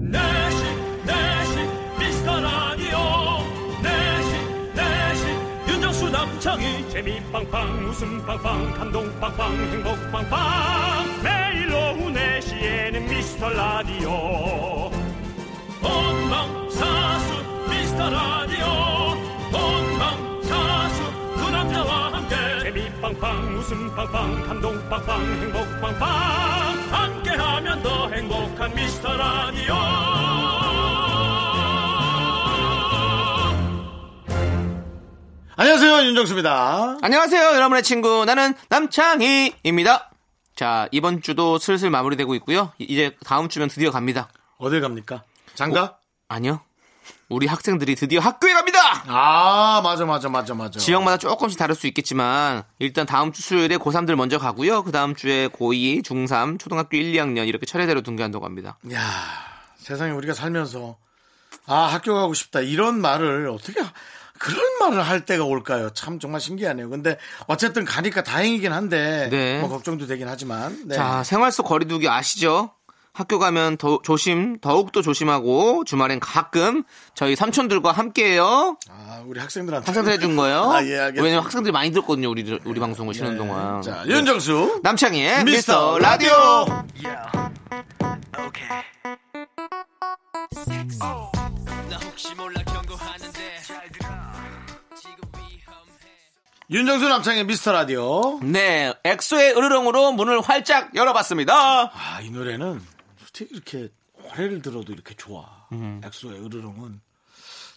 내시 내시 미스터 라디오 내시 내시 윤정수 남창희 재미 빵빵 웃음 빵빵 감동 빵빵 행복 빵빵 매일 오후 4시에는 미스터 라디오 본방사수 미스터 라디오 본방사수 그 남자와 함께 재미 빵빵 웃음 빵빵 감동 빵빵 행복 빵빵 함께하면 더 행복한 미스터 라디오 안녕하세요 윤정수입니다. 안녕하세요, 여러분의 친구. 나는 남창희입니다. 자, 이번 주도 슬슬 마무리되고 있고요. 이- 이제 다음 주면 드디어 갑니다. 어딜 갑니까? 장가? 뭐? 아니요. 우리 학생들이 드디어 학교에 갑니다! 아 맞아 맞아 맞아 맞아. 지역마다 조금씩 다를 수 있겠지만, 일단 다음 주 수요일에 고3들 먼저 가고요. 그 다음 주에 고2, 중3, 초등학교 1, 2학년 이렇게 차례대로 등교한다고 합니다. 야 세상에 우리가 살면서 아 학교 가고 싶다 이런 말을 어떻게 하- 그런 말을 할 때가 올까요? 참 정말 신기하네요. 근데 어쨌든 가니까 다행이긴 한데 네. 뭐 걱정도 되긴 하지만 네. 자, 생활 속 거리두기 아시죠? 학교 가면 더 조심, 더욱더 조심하고, 주말엔 가끔 저희 삼촌들과 함께해요. 아, 우리 학생들한테 학생들 해준 거예요. 아, 예, 알겠습니다. 네. 왜냐면 학생들이 많이 들었거든요. 우리 우리 방송을 쉬는 동안. 네. 자 윤정수 남창희의 미스터 미스터 라디오. 라디오. 윤정수 남창의 미스터 라디오. 네, 엑소의 으르렁으로 문을 활짝 열어봤습니다. 아, 이 노래는 솔직히 이렇게 올해를 들어도 이렇게 좋아. 음. 엑소의 으르렁은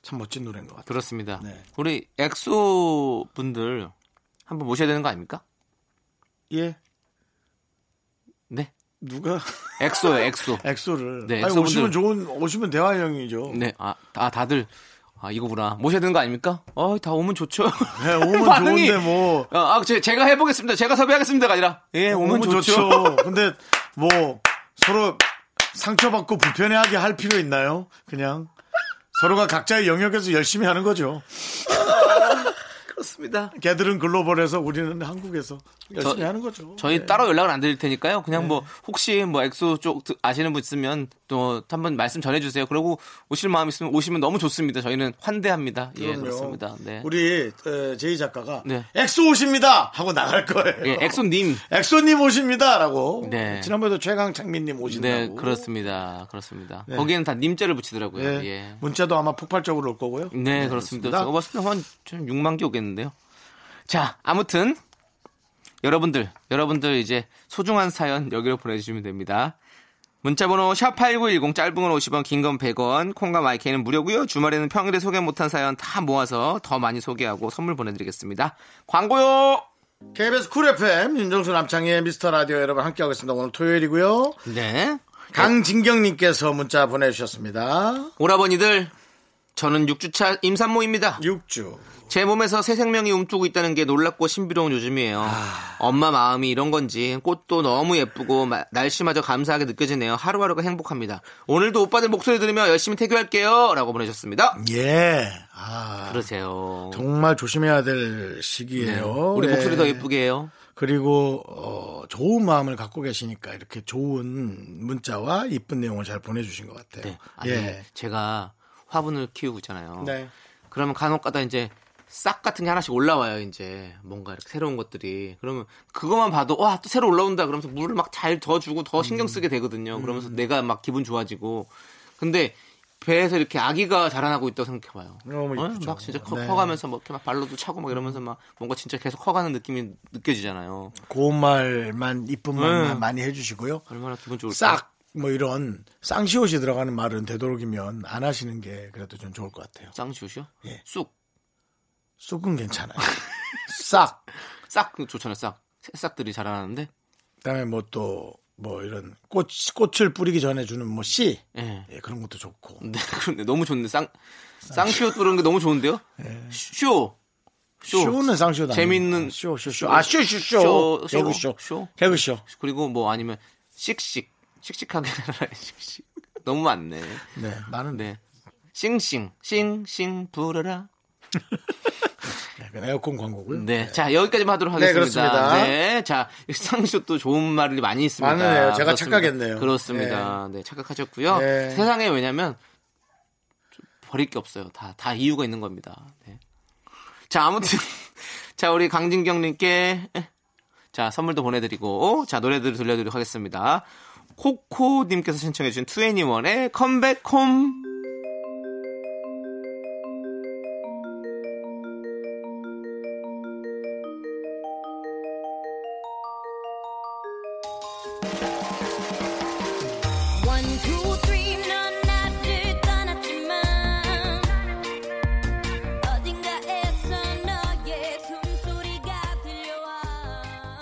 참 멋진 노래인 것 같아요. 그렇습니다. 네. 우리 엑소 분들 한번 모셔야 되는 거 아닙니까? 예. 네, 누가 엑소요, 엑소. 엑소를 네, 아니, 엑소분들. 오시면 좋은 오시면 대화형이죠. 네, 아, 아, 다들 아 이거구나 모셔야 되는 거 아닙니까? 어, 다 오면 좋죠. 네, 오면 반응이- 좋은데 뭐 아, 아, 제, 제가 해보겠습니다. 제가 섭외하겠습니다가 아니라 예, 오면, 좋죠. 어, 근데 뭐 서로 상처받고 불편해하게 할 필요 있나요? 그냥 서로가 각자의 영역에서 열심히 하는 거죠. 그렇습니다. 걔들은 글로벌에서 우리는 한국에서 열심히 저- 하는 거죠. 예. 저희 따로 연락을 안 드릴 테니까요. 그냥 네. 뭐 혹시 뭐 엑소 쪽 드- 아시는 분 있으면 또 한번 말씀 전해주세요. 그리고 오실 마음 있으면 오시면 너무 좋습니다. 저희는 환대합니다. 예 그럼요. 그렇습니다. 네. 우리 에, 제이 작가가 네. 엑소 오십니다 하고 나갈 거예요. 예, 엑소님. 엑소님 오십니다라고. 네. 지난번에도 최강창민님 오신다고. 네 그렇습니다. 그렇습니다. 네. 거기에는 다 님자를 붙이더라고요. 예. 예. 문자도 아마 폭발적으로 올 거고요. 네, 그렇습니다. 그렇습니다. 저거 봤을 때한 6만 개 오겠는데요. 자, 아무튼 여러분들, 여러분들 이제 소중한 사연 여기로 보내주시면 됩니다. 문자번호 샵8910 짧은 건 50원, 긴 건 100원, 콩과 마이크는 무료고요. 주말에는 평일에 소개 못한 사연 다 모아서 더 많이 소개하고 선물 보내드리겠습니다. 광고요! KBS 쿨 FM 윤정수 남창희의 미스터 라디오 여러분 함께하고 있습니다. 오늘 토요일이고요. 네. 강진경님께서 문자 보내주셨습니다. 오라버니들, 저는 6주차 임산모입니다. 6주. 제 몸에서 새 생명이 움트고 있다는 게 놀랍고 신비로운 요즘이에요. 엄마 마음이 이런 건지 꽃도 너무 예쁘고 마- 날씨마저 감사하게 느껴지네요. 하루하루가 행복합니다. 오늘도 오빠들 목소리 들으며 열심히 태교할게요. 라고 보내셨습니다. 예. 아. 그러세요. 정말 조심해야 될 시기예요. 네. 우리 예. 목소리 더 예쁘게 해요. 그리고 어, 좋은 마음을 갖고 계시니까 이렇게 좋은 문자와 이쁜 내용을 잘 보내주신 것 같아요. 네. 아니, 어. 예. 제가 화분을 키우고 있잖아요. 네. 그러면 간혹 가다 이제 싹 같은 게 하나씩 올라와요, 이제. 뭔가 이렇게 새로운 것들이. 그러면 그것만 봐도, 와, 또 새로 올라온다. 그러면서 물을 막 잘 더 주고 음. 더 신경 쓰게 되거든요. 그러면서 내가 막 기분 좋아지고. 근데 배에서 이렇게 아기가 자라나고 있다고 생각해봐요. 어, 너무 어, 이쁘죠. 막 진짜 커, 네. 커가면서 막 이렇게 막 발로도 차고 막 이러면서 막 뭔가 진짜 계속 커가는 느낌이 느껴지잖아요. 고운 말만 이쁜 말만 음. 많이 해주시고요. 얼마나 기분 좋을까. 싹 뭐 이런 쌍시옷이 들어가는 말은 되도록이면 안 하시는 게 그래도 좀 좋을 것 같아요. 쌍시옷이요? 예. 쑥. 쑥은 괜찮아요. 싹. 싹 좋잖아요, 싹. 새싹들이 자라나는데. 그다음에 뭐 또 뭐 이런 꽃 꽃을 뿌리기 전에 주는 뭐 씨. 예. 예, 그런 것도 좋고. 네, 그런데 너무 좋네. 쌍, 쌍쇼 뚫은 게 너무 좋은데요? 쇼. 쇼. 쇼는 쌍쇼다. 재밌는 쇼, 쇼, 쇼. 아, 쇼, 쇼, 쇼. 쇼, 쇼. 개그 쇼. 쇼. 개그 쇼. 그리고 뭐 아니면 씩씩. 씩씩하게 나라의 씩씩. 너무 많네. 네, 많은데. 네. 싱싱. 싱싱 부르라. 네, 에어컨 광고고요. 네. 자, 여기까지만 하도록 하겠습니다. 그렇습니다. 네, 자, 상쇼 또 좋은 말이 많이 있습니다. 많으네요. 제가 그렇습니다. 착각했네요. 그렇습니다. 네, 착각하셨고요. 네. 세상에 왜냐면 좀 버릴 게 없어요. 다, 다 이유가 있는 겁니다. 네. 자, 아무튼. 자, 우리 강진경님께. 자, 선물도 보내드리고. 자, 노래들을 들려드리도록 하겠습니다. 코코님께서 신청해주신 2NE1의 컴백홈. One, two, three, 넌 나를 떠났지만 어딘가에서 너의 숨소리가 들려와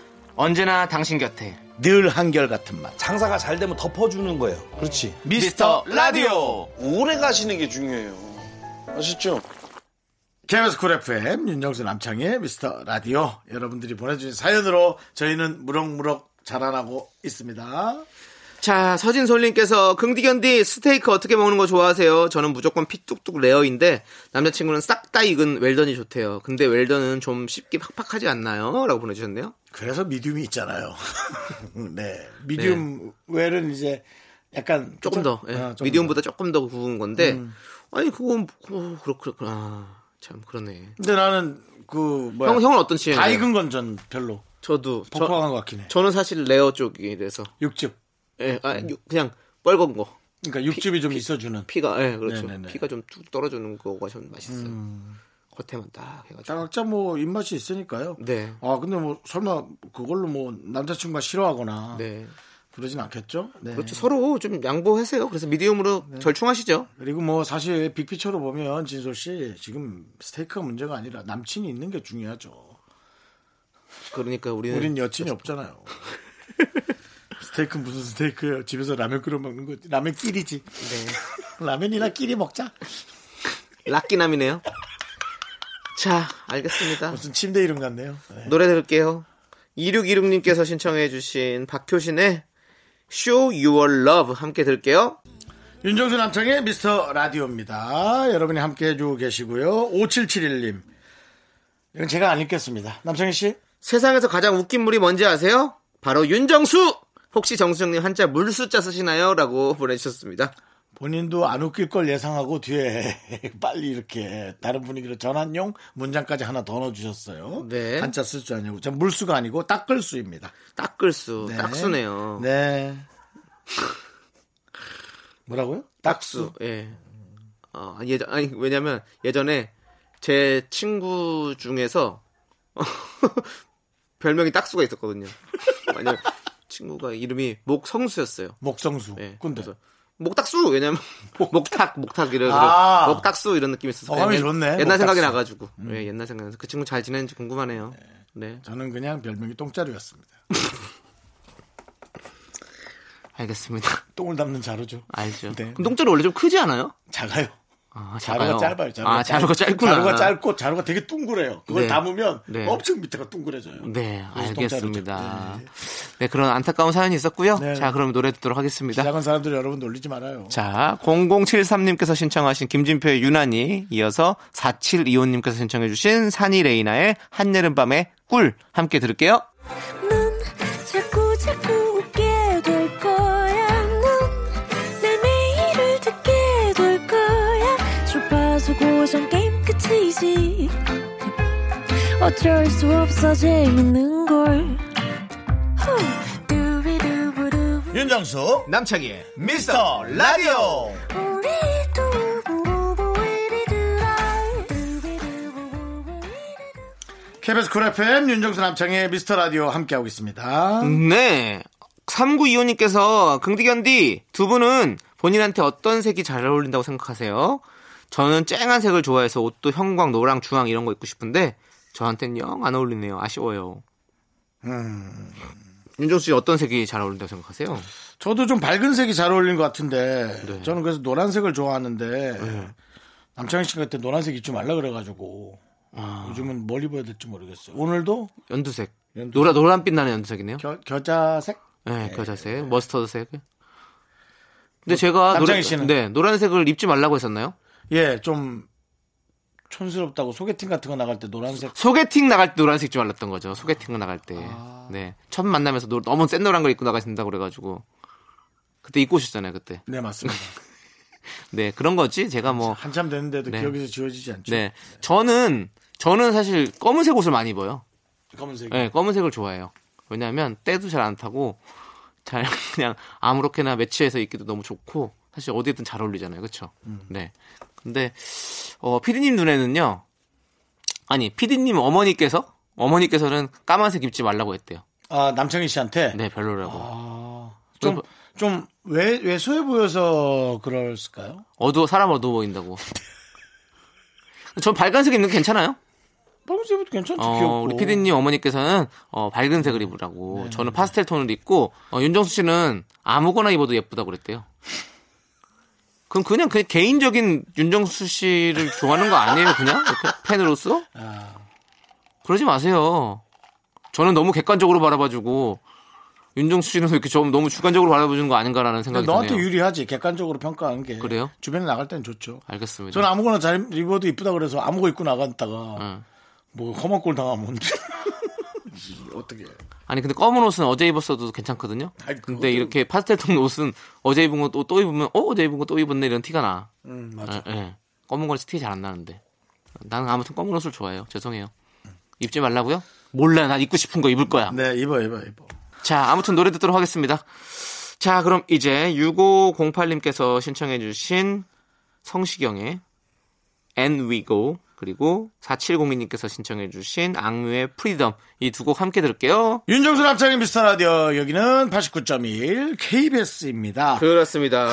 언제나 당신 곁에 늘 한결같은 맛. 장사가 잘 되면 덮어주는 거예요. 그렇지. 미스터 라디오. 오래 가시는 게 중요해요. 아셨죠? KBS 쿨 FM 윤정수 남창희의 미스터 라디오 여러분들이 보내주신 사연으로 저희는 무럭무럭 자라나고 있습니다. 자, 서진솔님께서 긍디견디 스테이크 어떻게 먹는 거 좋아하세요? 저는 무조건 피뚝뚝 레어인데 남자친구는 싹 다 익은 웰던이 좋대요. 근데 웰던은 좀 쉽게 팍팍하지 않나요? 라고 보내주셨네요. 그래서 미디움이 있잖아요. 네, 미디움 웰은 이제 약간 네. 조금 더 예. 아, 좀 미디움보다 조금 더 음. 구운 건데 아니 그건 어, 그렇구나. 아, 참 그러네. 근데 나는 그 뭐야 형 형은 어떤 취향이에요? 다 익은 건 전 별로 저도 저, 퍽퍽한 것 같긴 해. 저는 사실 레어 쪽이라서 육즙. 예, 아, 요- 그냥 뻘건 거. 그러니까 육즙이 좀 있어주는. 피가, 예, 그렇죠. 네네네. 음. 피가 좀 뚝 떨어지는 거가 좀 맛있어요. 겉에만 딱 자, 해가지고. 각자 뭐 입맛이 있으니까요. 네. 아 근데 뭐 설마 그걸로 뭐 남자친구가 싫어하거나 네. 그러진 않겠죠. 네. 그렇죠. 서로 좀 양보하세요. 그래서 미디움으로 절충하시죠. 그리고 뭐 사실 빅피처로 보면 진솔 씨 지금 스테이크가 문제가 아니라 남친이 있는 게 중요하죠. 그러니까 우리는. 우린 여친이 없잖아요. 스테이크 무슨 스테이크예요? 집에서 라면 끓여 먹는 거지. 라면 끼리지. 라면이나 끼리 먹자. 락기남이네요. 자, 알겠습니다. 무슨 침대 이름 같네요. 네. 노래 들을게요. 2616님께서 신청해주신 박효신의 Show Your Love 함께 들을게요. 윤정수 남창의 미스터 라디오입니다. 여러분이 함께 해주고 계시고요. 5771님. 이건 제가 안 읽겠습니다. 남창희 씨. 세상에서 가장 웃긴 물이 뭔지 아세요? 바로 윤정수! 혹시 정수영님 한자 물수자 쓰시나요? 라고 보내주셨습니다. 본인도 안 웃길 걸 예상하고 뒤에 빨리 이렇게 다른 분위기로 전환용 문장까지 하나 더 넣어주셨어요. 네. 한자 쓸 줄 아니고. 전 물수가 아니고 닦을수입니다. 딱글수, 네. 딱수네요. 네. 뭐라고요? 딱수, 예. 어, 아니, 예전, 아니, 왜냐면 예전에 제 친구 중에서 별명이 딱수가 있었거든요. 아니면 친구가 이름이 목성수였어요. 목성수. 예. 근데 그래서 목딱수! 왜냐면 목탁, 목탁 이런, 아. 그런 목tak수 이런 느낌이 있어서. 어감이 옛- 좋네, 옛날 목탁수. 음. 생각이 나가지고. 예, 옛날 생각나서 그 친구 잘 지내는지 궁금하네요. 네. 저는 그냥 별명이 똥자루였습니다. 알겠습니다. 똥을 담는 자루죠. 알죠. 네. 그럼 똥자루 원래 좀 크지 않아요? 작아요. 아, 자루가 작아요. 짧아요. 자루가 아, 자루가 짧- 짧구나. 자루가 짧고 자루가 되게 둥그래요. 그걸 네. 담으면 네. 엄청 밑에가 둥그래져요. 네, 그래서 똥자루죠. 알겠습니다. 네. 네, 그런 안타까운 사연이 있었고요. 네. 자, 그럼 노래 듣도록 하겠습니다. 작은 사람들 여러분 놀리지 말아요. 자, 0073님께서 신청하신 김진표의 유난히 이어서 4725님께서 신청해주신 산이 레이나의 한여름밤의 꿀 함께 들을게요. 넌 자꾸 자꾸 웃게 될 거야. 넌내 매일을 듣게 될 거야. 주파수 고정 게임 끝이지. 어쩔 수 없어 재밌는 걸. 후. 두비두부두. 윤정수 남창희의 미스터 라디오 우리 두부부부 우리 두라. 두비두부부부 우리 두라. KBS 쿨 FM 윤정수 남창의 미스터 라디오 함께하고 있습니다. 네. 3925님께서 긍디견디 두 분은 본인한테 어떤 색이 잘 어울린다고 생각하세요? 저는 쨍한 색을 좋아해서 옷도 형광, 노랑, 주황 이런 거 입고 싶은데 저한텐 영 안 어울리네요. 아쉬워요. 음. 윤정수 씨 어떤 색이 잘 어울린다고 생각하세요? 저도 좀 밝은 색이 잘 어울리는 것 같은데 네. 저는 그래서 노란색을 좋아하는데 남창희 씨 같은 노란색 입지 말라 그래가지고 아. 요즘은 뭘 입어야 될지 모르겠어요. 오늘도 연두색. 연두색. 노라, 노란빛 나는 연두색이네요. 겨, 겨자색? 네, 겨자색, 머스터드색. 근데 제가 남창희 씨는? 네, 노란색을 입지 말라고 했었나요? 예, 좀 촌스럽다고 소개팅 같은 거 나갈 때 노란색. 소개팅 나갈 때 노란색 입지 말랐던 거죠. 소개팅 나갈 때. 네. 첫 만나면서 노- 너무 센 노란 걸 입고 나가신다고 그래가지고. 그때 입고 오셨잖아요, 그때. 네 맞습니다. 네, 그런 거지. 제가 뭐. 한참 됐는데도 네. 기억에서 지워지지 않죠. 네. 저는, 저는 사실 검은색 옷을 많이 입어요. 검은색. 네, 검은색을 좋아해요. 왜냐하면 때도 잘 안 타고 잘 그냥 아무렇게나 매치해서 입기도 너무 좋고 사실 어디든 잘 어울리잖아요, 그렇죠? 네. 근데 어, 피디님 눈에는요, 아니 피디님 어머니께서 어머니께서는 까만색 입지 말라고 했대요. 아 남창희 씨한테 네, 별로라고. 아. 좀 좀 왜 왜소해 보여서 그럴까요? 어두워 사람 어두워 보인다고. 전 빨간색 입는 게 괜찮아요? 빨간색도 괜찮죠. 어, 귀엽고. 네. 우리 피디님 어머니께서는 어, 밝은색을 입으라고. 저는 파스텔 톤을 입고 어, 윤정수 씨는 아무거나 입어도 예쁘다고 그랬대요. 그럼 그냥 그 개인적인 윤정수 씨를 좋아하는 거 아니에요, 그냥 이렇게 팬으로서? 아. 그러지 마세요. 저는 너무 객관적으로 바라봐주고 윤정수 씨는 이렇게 좀 너무 주관적으로 바라봐주는 거 아닌가라는 근데 생각이 너한테 드네요. 유리하지. 객관적으로 평가하는 게. 그래요? 주변에 나갈 땐 좋죠. 알겠습니다. 저는 아무거나 잘 입어도 이쁘다 그래서 아무거 입고 나갔다가 응. 뭐 험악골 당하면 뭔데? 어떻게? 아니 근데 검은 옷은 어제 입었어도 괜찮거든요. 아니, 그거 근데 좀- 이렇게 파스텔 톤 옷은 어제 입은 거 또 또 입으면 어 어제 입은 거 또 입었네 이런 티가 나. 음 맞아. 예, 예. 검은 거는 티 잘 안 나는데. 나는 아무튼 검은 옷을 좋아해요. 죄송해요. 입지 말라고요? 몰라. 나 입고 싶은 거 입을 거야. 네 입어 입어 입어. 자, 아무튼 노래 듣도록 하겠습니다. 자, 그럼 이제 6508님께서 신청해 주신 성시경의 And We Go 그리고 4702님께서 신청해 주신 악뮤의 프리덤 이 두 곡 함께 들을게요. 윤정수 남창의 미스터 라디오 여기는 89.1 KBS입니다. 그렇습니다.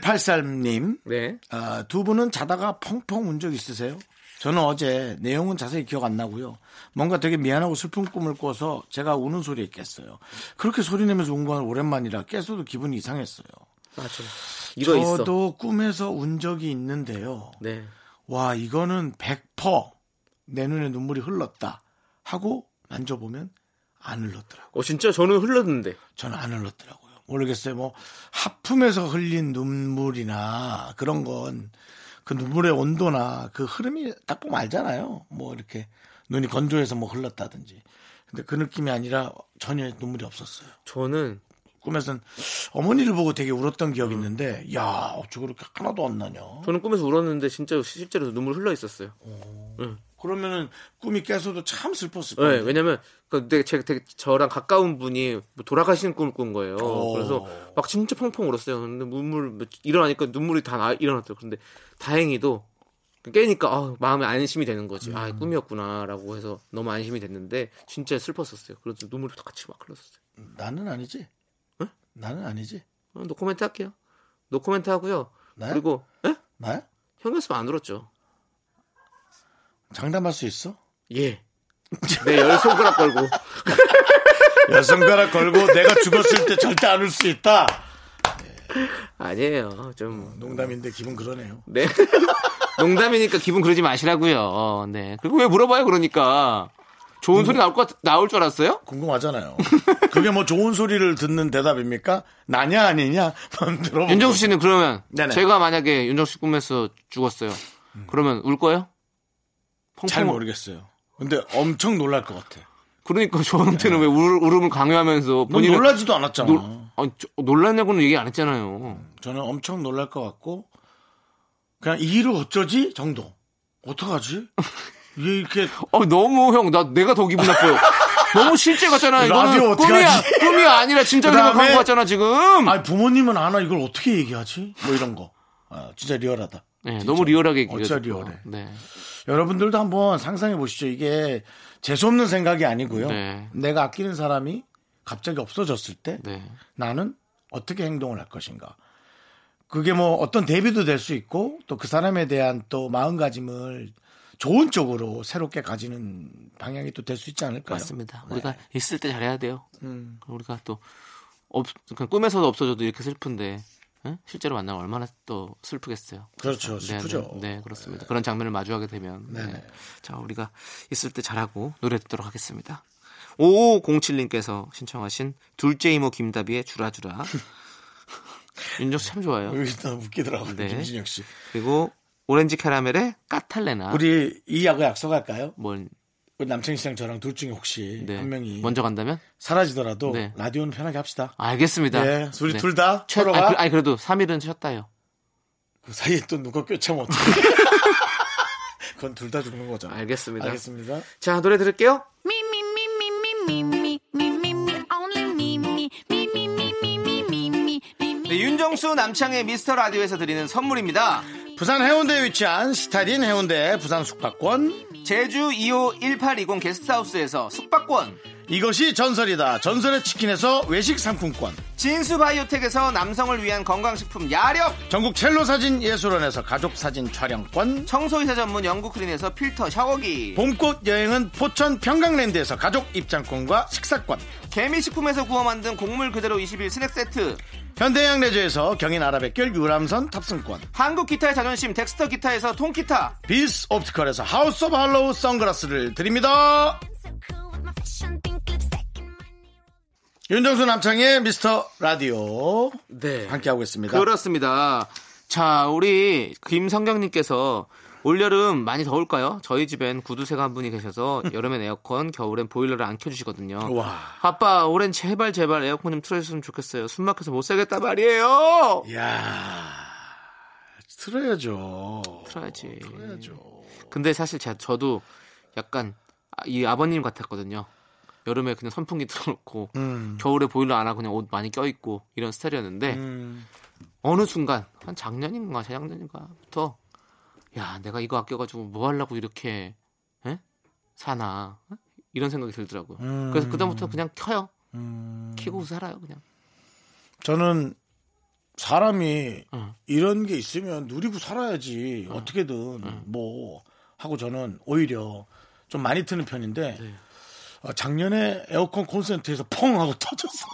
9183님 네. 아, 두 분은 자다가 펑펑 운 적 있으세요? 저는 어제 내용은 자세히 기억 안 나고요. 뭔가 되게 미안하고 슬픈 꿈을 꿔서 제가 우는 소리에 깼어요. 그렇게 소리 내면서 운 건 오랜만이라 깼어도 기분이 이상했어요. 맞아. 이거 있어. 저도 꿈에서 운 적이 있는데요. 네. 와 이거는 100%내 눈에 눈물이 흘렀다 하고 만져보면 안 흘렀더라고요. 어 진짜 저는 흘렀는데. 저는 안 흘렀더라고요. 모르겠어요. 뭐 하품에서 흘린 눈물이나 그런 건 그 눈물의 온도나 그 흐름이 딱 보면 알잖아요. 뭐 이렇게 눈이 건조해서 뭐 흘렀다든지. 근데 그 느낌이 아니라 전혀 눈물이 없었어요. 저는 꿈에서는 어머니를 보고 되게 울었던 기억이 음. 있는데 야 어쩌 그렇게 하나도 안 나냐. 저는 꿈에서 울었는데 진짜 실제로 눈물 흘러 있었어요. 그러면은 꿈이 깨서도 참 슬펐을 거예요. 네, 왜냐면 그 되게 제가 되게 저랑 가까운 분이 뭐 돌아가시는 꿈을 꾼 거예요. 그래서 막 진짜 펑펑 울었어요. 근데 눈물 뭐 일어나니까 눈물이 다 나, 일어났더라고요. 근데 다행히도 깨니까 아, 마음에 안심이 되는 거지. 아 꿈이었구나라고 해서 너무 안심이 됐는데 진짜 슬펐었어요. 그래서 눈물이 다 같이 막 흘렀어요. 나는 아니지. 네? 나는 아니지. 어, 노 코멘트 할게요. 노 코멘트 하고요. 네? 그리고 에? 나야? 형이었으면 안 울었죠. 장담할 수 있어? 예. 내 열 손가락 걸고 여성가락 걸고 내가 죽었을 때 절대 안 울 수 있다. 아니에요. 좀 농담인데 기분 그러네요. 네. 농담이니까 기분 그러지 마시라고요. 어, 네. 그리고 왜 물어봐요, 그러니까. 음. 좋은 소리 나올 것, 같- 나올 줄 알았어요? 궁금하잖아요. 그게 뭐 좋은 소리를 듣는 대답입니까? 나냐 아니냐? 한번 들어보고. 윤정수 씨는 그러면 네네. 음. 제가 만약에 윤정수 씨 꿈에서 죽었어요. 그러면 울 거예요? 펑펑 잘 모르겠어요. 근데 엄청 놀랄 것 같아. 그러니까 저한테는 왜 울, 울음을 강요하면서 네. 넌 본인은 뭐 놀라지도 않았잖아. 놀- 아니, 저- 놀랐냐고는 얘기 안 했잖아요. 저는 엄청 놀랄 것 같고 그냥 이 일을 어쩌지 정도. 어떡하지? 이게 이렇게 어, 너무 형, 나 내가 더 기분 나빠요. 너무 실제 같잖아. 라디오 이거는 어떡하지? 꿈이야. 꿈이 아니라 진짜 그다음에- 생각한 것 같잖아, 지금. 아니 부모님은 아나 이걸 어떻게 얘기하지? 뭐 이런 거. 아, 진짜 리얼하다. 네, 진짜. 너무 리얼하게 얘기해 어짜 줬고. 리얼해. 네. 여러분들도 한번 상상해 보시죠. 이게 재수없는 생각이 아니고요. 네. 내가 아끼는 사람이 갑자기 없어졌을 때 네. 나는 어떻게 행동을 할 것인가. 그게 뭐 어떤 대비도 될 수 있고 또 그 사람에 대한 또 마음가짐을 좋은 쪽으로 새롭게 가지는 방향이 또 될 수 있지 않을까요? 맞습니다. 네. 우리가 있을 때 잘해야 돼요. 음. 우리가 또 없, 그냥 꿈에서도 없어져도 이렇게 슬픈데 응? 실제로 만나면 얼마나 또 슬프겠어요. 그렇죠. 네, 슬프죠. 네, 네, 그렇습니다. 그런 장면을 마주하게 되면. 네. 자, 우리가 있을 때 잘하고 노래 듣도록 하겠습니다. 5507님께서 신청하신 둘째 이모 김다비의 주라주라. 윤정 씨참 좋아요. 여기 또 웃기더라고요. 네. 김진혁 씨. 그리고 오렌지 캐러멜의 까탈레나. 우리 이 약을 약속할까요? 뭘, 우리 그 남창희 씨랑 저랑 둘 중에 혹시 네. 한 명이 먼저 간다면? 사라지더라도 네. 라디오는 편하게 합시다. 알겠습니다. 네. 우리 네. 둘 다 최, 서로가 아니, 그, 아니, 그래도 3일은 쉬었다요. 그 사이에 또 누가 꿰차면 어떡해. 그건 둘 다 죽는 거잖아. 알겠습니다. 알겠습니다. 자, 노래 들을게요. Me, me, me, me, me, me, me, me, me, me, only me, me, me, me, me, me, me, me, me, me, me. 네, 윤정수 남창의 미스터 라디오에서 드리는 선물입니다. 부산 해운대에 위치한 스타딘 해운대 부산 숙박권. 제주 2호 1820 게스트하우스에서 숙박권, 이것이 전설이다. 전설의 치킨에서 외식 상품권. 진수 바이오텍에서 남성을 위한 건강식품 야력, 전국 첼로 사진 예술원에서 가족 사진 촬영권. 청소이사 전문 영국 크린에서 필터 샤워기, 봄꽃 여행은 포천 평강랜드에서 가족 입장권과 식사권. 개미식품에서 구워 만든 곡물 그대로 21 스낵 세트, 현대양 레저에서 경인 아라뱃길 유람선 탑승권. 한국 기타의 자존심 덱스터 기타에서 통기타, 비스 옵티컬에서 하우스 오브 할로우 선글라스를 드립니다. So cool with my fashion pink lipstick and my 윤정수 남창의 미스터 라디오. 네. 함께하고 있습니다. 그렇습니다. 자, 우리 김성경님께서 올여름 많이 더울까요? 저희 집엔 구두쇠가 한 분이 계셔서 여름엔 에어컨, 겨울엔 보일러를 안 켜주시거든요. 와. 아빠, 올해는 제발 제발 에어컨 좀 틀어주셨으면 좋겠어요. 숨 막혀서 못 살겠단 말이에요. 예. 이야. 틀어야죠. 틀어야지. 틀어야죠. 근데 사실 제, 저도 약간 아- 이 아버님 같았거든요. 여름에 그냥 선풍기 틀어놓고 겨울에 보일러 안 하고 그냥 옷 많이 껴입고 이런 스타일이었는데 음. 어느 순간 한 작년인가 재작년인가부터 야 내가 이거 아껴가지고 뭐 하려고 이렇게 에? 사나 어? 이런 생각이 들더라고요. 그래서 그다음부터 그냥 켜요. 음. 켜고 살아요 그냥. 저는 사람이 어. 이런 게 있으면 누리고 살아야지 어. 떻게든뭐 하고 저는 오히려 좀 많이 트는 편인데 어, 작년에 에어컨 콘센트에서 펑 하고 터져서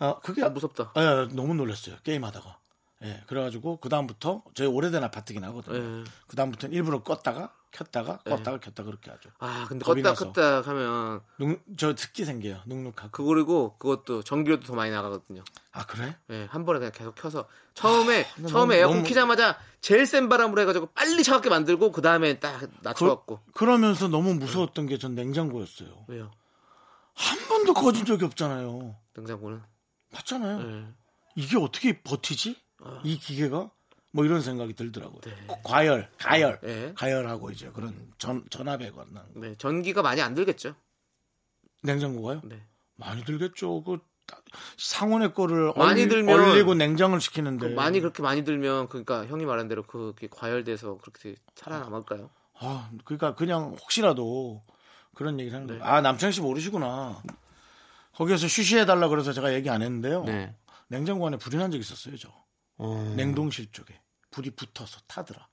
어, 그게 아, 무섭다. 예, 너무 놀랐어요 게임하다가 예 그래가지고 그 다음부터 저희 오래된 아파트긴 하거든요 예. 그 다음부터는 일부러 껐다가 켰다가 껐다가 켰다 그렇게 하죠 아 근데 겁이 껐다 나서. 껐다 하면 눅- 저 특기 생겨요 눅눅하고 그 그리고 그것도 전기료도 더 많이 나가거든요. 아 그래 예, 한 번에 그냥 계속 켜서 처음에 처음에 아, 너무- 에어컨 너무- 키자마자 제일 센 바람으로 해가지고 빨리 차갑게 만들고 그 다음에 딱 낮춰갖고 그, 러면서 너무 무서웠던 게 전 냉장고였어요 왜요? 한 번도 꺼진 적이 없잖아요 냉장고는 맞잖아요 예. 아. 이게 어떻게 버티지? 이 기계가? 뭐 이런 생각이 들더라고요. 꼭 과열, 가열, 네. 가열하고 이제 그런 전, 전압에 관한 네, 전기가 많이 안 들겠죠. 냉장고가요? 네. 많이 들겠죠. 그 다- 상온의 거를 많이 얼리, 들면 얼리고 냉장을 시키는데 많이 그렇게 많이 들면 그러니까 형이 말한 대로 그게 과열돼서 그렇게 살아남을까요? 아, 그러니까 그냥 혹시라도 그런 얘기를 하는 거예요. 네. 아 남창 씨 모르시구나. 거기에서 쉬쉬해 달라 그래서 제가 얘기 안 했는데요. 네. 냉장고 안에 불이 난 적 있었어요, 저. 냉동실 쪽에 불이 붙어서 타더라.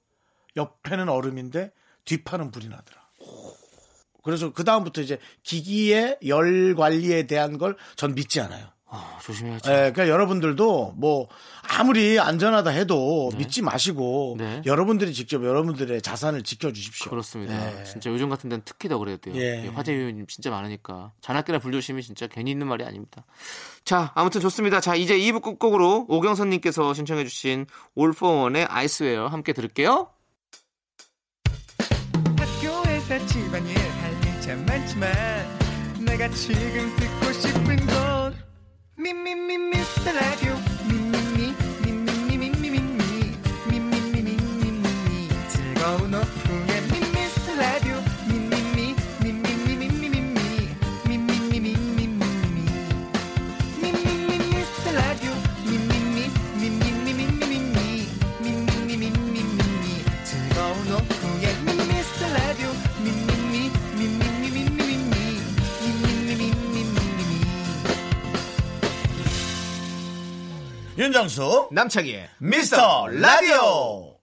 옆에는 얼음인데 뒷판은 불이 나더라. 그래서 그 다음부터 이제 기기의 열 관리에 대한 걸 전 믿지 않아요. 아, 조심해야지. 예, 그러니까 여러분들도 뭐 아무리 안전하다 해도 믿지 마시고 네. 여러분들이 직접 여러분들의 자산을 지켜주십시오. 그렇습니다. 예. 진짜 요즘 같은 데는 특히 더 그래야 돼요. 예. 그렇죠. 네. 예, 화재 요인 진짜 많으니까 자나깨나 불조심이 진짜 괜히 있는 말이 아닙니다. 자, 아무튼 좋습니다. 자, 이제 2부 끝곡으로 오경선님께서 신청해주신 올포원의 아이스웨어 함께 들을게요. 학교에서 집안일 할 일 참 많지만 내가 지금 듣고 싶은 건 미미미 미스터 라디오 미미미 미미미 미미미 미미미 미미미 즐거운 오후에 미스터 라디오 미미미 미미미 미미미 미미미 미미미 윤정수 남창희의 미스터 라디오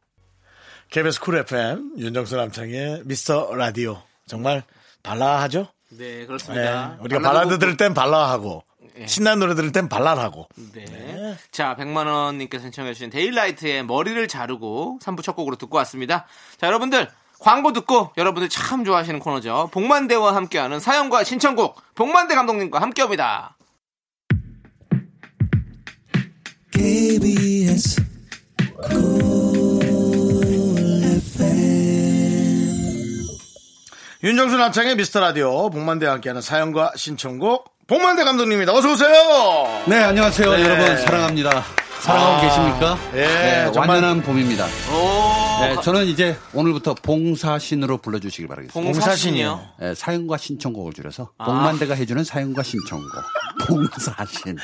KBS 쿨 FM 윤정수 남창의 미스터 라디오 정말 발라하죠? 네 네, 그렇습니다. 우리가 발라드 들을 땐 발라하고 예. 신나는 노래 들을 땐 발랄하고 네. 자, 100만원님께 신청해주신 데일라이트의 머리를 자르고 3부 첫 곡으로 듣고 왔습니다. 자, 여러분들, 광고 듣고 여러분들 참 좋아하시는 코너죠. 복만대와 함께하는 사연과 신청곡, 복만대 감독님과 함께 옵니다. 윤정수 남창의 미스터 라디오 복만대와 함께하는 사연과 신청곡 복만대 감독님입니다. 어서 오세요. 네 안녕하세요 네. 여러분 사랑합니다 사랑하고 아, 계십니까 예, 네, 정말. 완연한 봄입니다 오, 네, 저는 이제 오늘부터 봉사신으로 불러주시길 바라겠습니다 봉사신이요. 예, 사연과 신청곡을 줄여서 아. 복만대가 해주는 사연과 신청곡 봉사신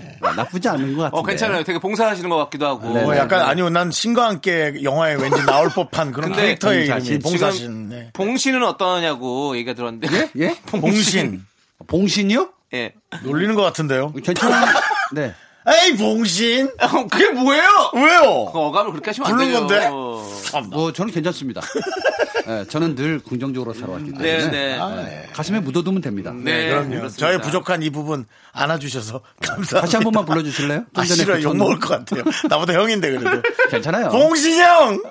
예, 나쁘지 않은 것 같은데 어, 괜찮아요. 되게 봉사하시는 것 같기도 하고. 네, 뭐 네, 약간 아니요 난 신과 함께 영화에 왠지 나올 법한 그런 근데 캐릭터의 봉사신. 이름이 봉사신. 지금 네. 봉신은 어떠냐고 얘기가 들었는데. 예? 봉신 봉신이요? 예. 놀리는 것 같은데요. 음. 괜찮아요 네 에이 봉신 어, 그게 뭐예요? 왜요? 그 어감을 그렇게 하시면 안 부른 돼요. 건데. 뭐 저는 괜찮습니다. 예, 저는 늘 긍정적으로 살아왔기 때문에 네, 네. 아, 네. 가슴에 묻어두면 됩니다. 음. 네, 그럼요. 그렇습니다. 저의 부족한 이 부분 안아주셔서 감사합니다. 다시 한 번만 불러주실래요? 좀 아, 전에 어. 싫어요. 그 전- 욕먹을 것 같아요. 나보다 형인데, 그래도. 괜찮아요. 봉신형!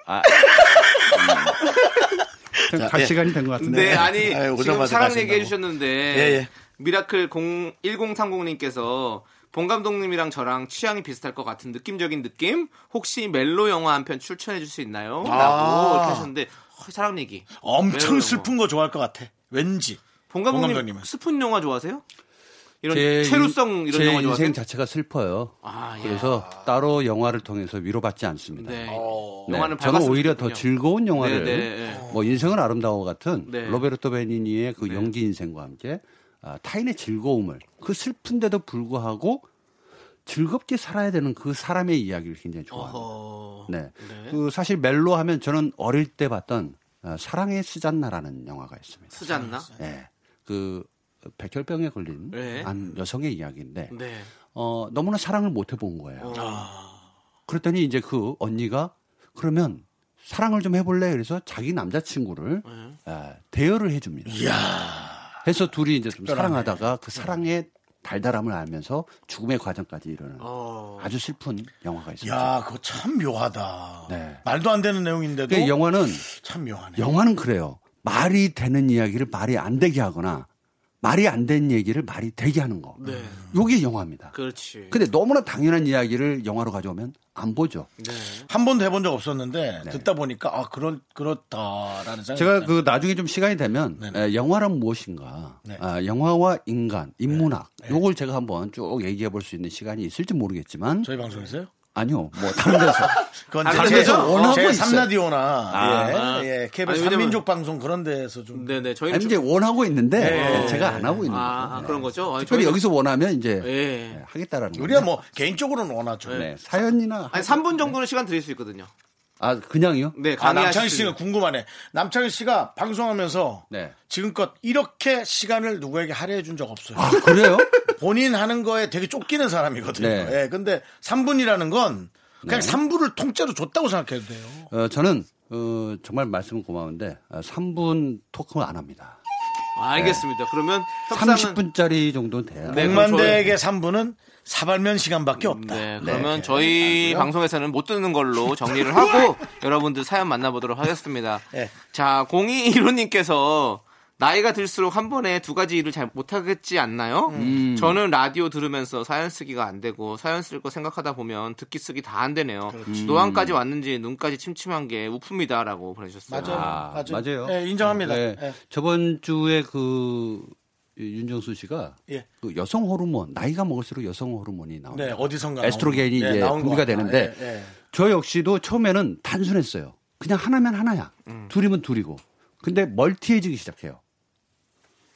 좀 자, 갈 예. 아, 음. 시간이 된 것 같은데. 네, 아니 아유, 지금 오자마자 사랑 가신다고. 얘기해 주셨는데 예, 예. 미라클 0 1030님께서 봉 감독님이랑 저랑 취향이 비슷할 것 같은 느낌적인 느낌 혹시 멜로 영화 한 편 추천해 줄 수 있나요? 아. 라고 이렇게 하셨는데 어, 사랑 얘기 엄청 멜로 슬픈 거 좋아할 것 같아. 왠지. 봉봉 감독님 감독님은. 슬픈 영화 좋아하세요? 이런 제 체류성 인- 이런 제 영화 좋아하세요? 인생 자체가 슬퍼요. 아, 예. 그래서 따로 영화를 통해서 위로받지 않습니다. 네. 어. 네, 영화는 저는 밟았으면 오히려 더 좋겠군요. 즐거운 영화를 네, 네, 네. 뭐 인생은 아름다워 같은 네. 로베르토 베니니의 그 연기 인생과 함께 아, 타인의 즐거움을 그 슬픈데도 불구하고 즐겁게 살아야 되는 그 사람의 이야기를 굉장히 좋아합니다. 어, 네. 그 사실 멜로 하면 저는 어릴 때 봤던 어, 사랑의 스잔나라는 영화가 있습니다. 쓰지 않나? 예. 그 백혈병에 걸린 네. 한 여성의 이야기인데 네. 어, 너무나 사랑을 못 해본 거예요. 아, 그랬더니 이제 그 언니가 그러면 사랑을 좀 해볼래? 그래서 자기 남자친구를 네. 아, 대여를 해줍니다. 해서 둘이 이제 좀 사랑하다가 네. 그 사랑의 달달함을 알면서 죽음의 과정까지 이르는 어. 아주 슬픈 영화가 있습니다. 야, 그거 참 묘하다. 네. 말도 안 되는 내용인데도 예, 그 영화는 참 묘하네. 영화는 그래요. 말이 되는 이야기를 말이 안 되게 하거나 말이 안 되는 얘기를 말이 되게 하는 거. 네. 요게 영화입니다. 그렇지. 근데 너무나 당연한 이야기를 영화로 가져오면 안 보죠. 네. 한 번도 해본 적 없었는데 듣다 보니까 아, 그런 그렇다라는 생각이 제가 드네요. 그 나중에 좀 시간이 되면 네네. 에, 영화란 무엇인가, 네. 아, 영화와 인간, 인문학 요걸 제가 한번 쭉 얘기해 볼 수 있는 시간이 있을지 모르겠지만 저희 방송에서요? 아니요, 뭐 다른 데서 그건 아, 제- 그래서 원하고 제 있어요. 3라디오나 아. 예, 예, KBS 아니, 왜냐면- 한민족 방송 그런 데서 좀 네, 네. 저희는 이제 원하고 있는데 네. 제가 안 하고 있는 거예요. 아, 아, 그런 거죠? 아니, 특별히 저희는- 여기서 원하면 이제 예. 예, 하겠다라는 우리가 거죠. 뭐 개인적으로는 원하죠. 아, 네, 사연이나 아니 3분 정도는 시간 드릴 수 있거든요. 아 그냥요? 네, 아, 강의하실 남창희 수 씨가 있는. 궁금하네. 남창희 씨가 방송하면서 네. 지금껏 이렇게 시간을 누구에게 할애해 준 적 없어요. 아, 그래요? 본인 하는 거에 되게 쫓기는 사람이거든요. 네. 예, 근데 3분이라는 건 그냥 3분을 통째로 줬다고 생각해도 돼요. 어, 저는 어, 정말 말씀은 고마운데 어, 3분 토크는 안 합니다. 아, 알겠습니다. 그러면 협상은 30분짜리 정도는 돼요. 네, 그럼 백만대에게 3분은 사발면 시간밖에 없다. 네, 그러면 저희 방송에서는 못 듣는 걸로 정리를 하고 여러분들 사연 만나보도록 하겠습니다. 네. 자, 0215님께서 나이가 들수록 한 번에 두 가지 일을 잘 못하겠지 않나요? 저는 라디오 들으면서 사연 쓰기가 안 되고 사연 쓸 거 생각하다 보면 듣기 쓰기 다 안 되네요. 노안까지 왔는지 눈까지 침침한 게 우프입니다라고 보내셨어요. 맞아요. 아, 맞아요. 예, 인정합니다. 네. 예. 저번 주에 그 윤정수 씨가 예. 그 여성 호르몬 나이가 먹을수록 여성 호르몬이 나오니 네, 어디선가. 나온- 아, 에스트로겐이 네, 이제 나온 것 같다. 분비가 되는데 예, 예. 저 역시도 처음에는 단순했어요. 그냥 하나면 하나야. 둘이면 둘이고. 근데 멀티해지기 시작해요.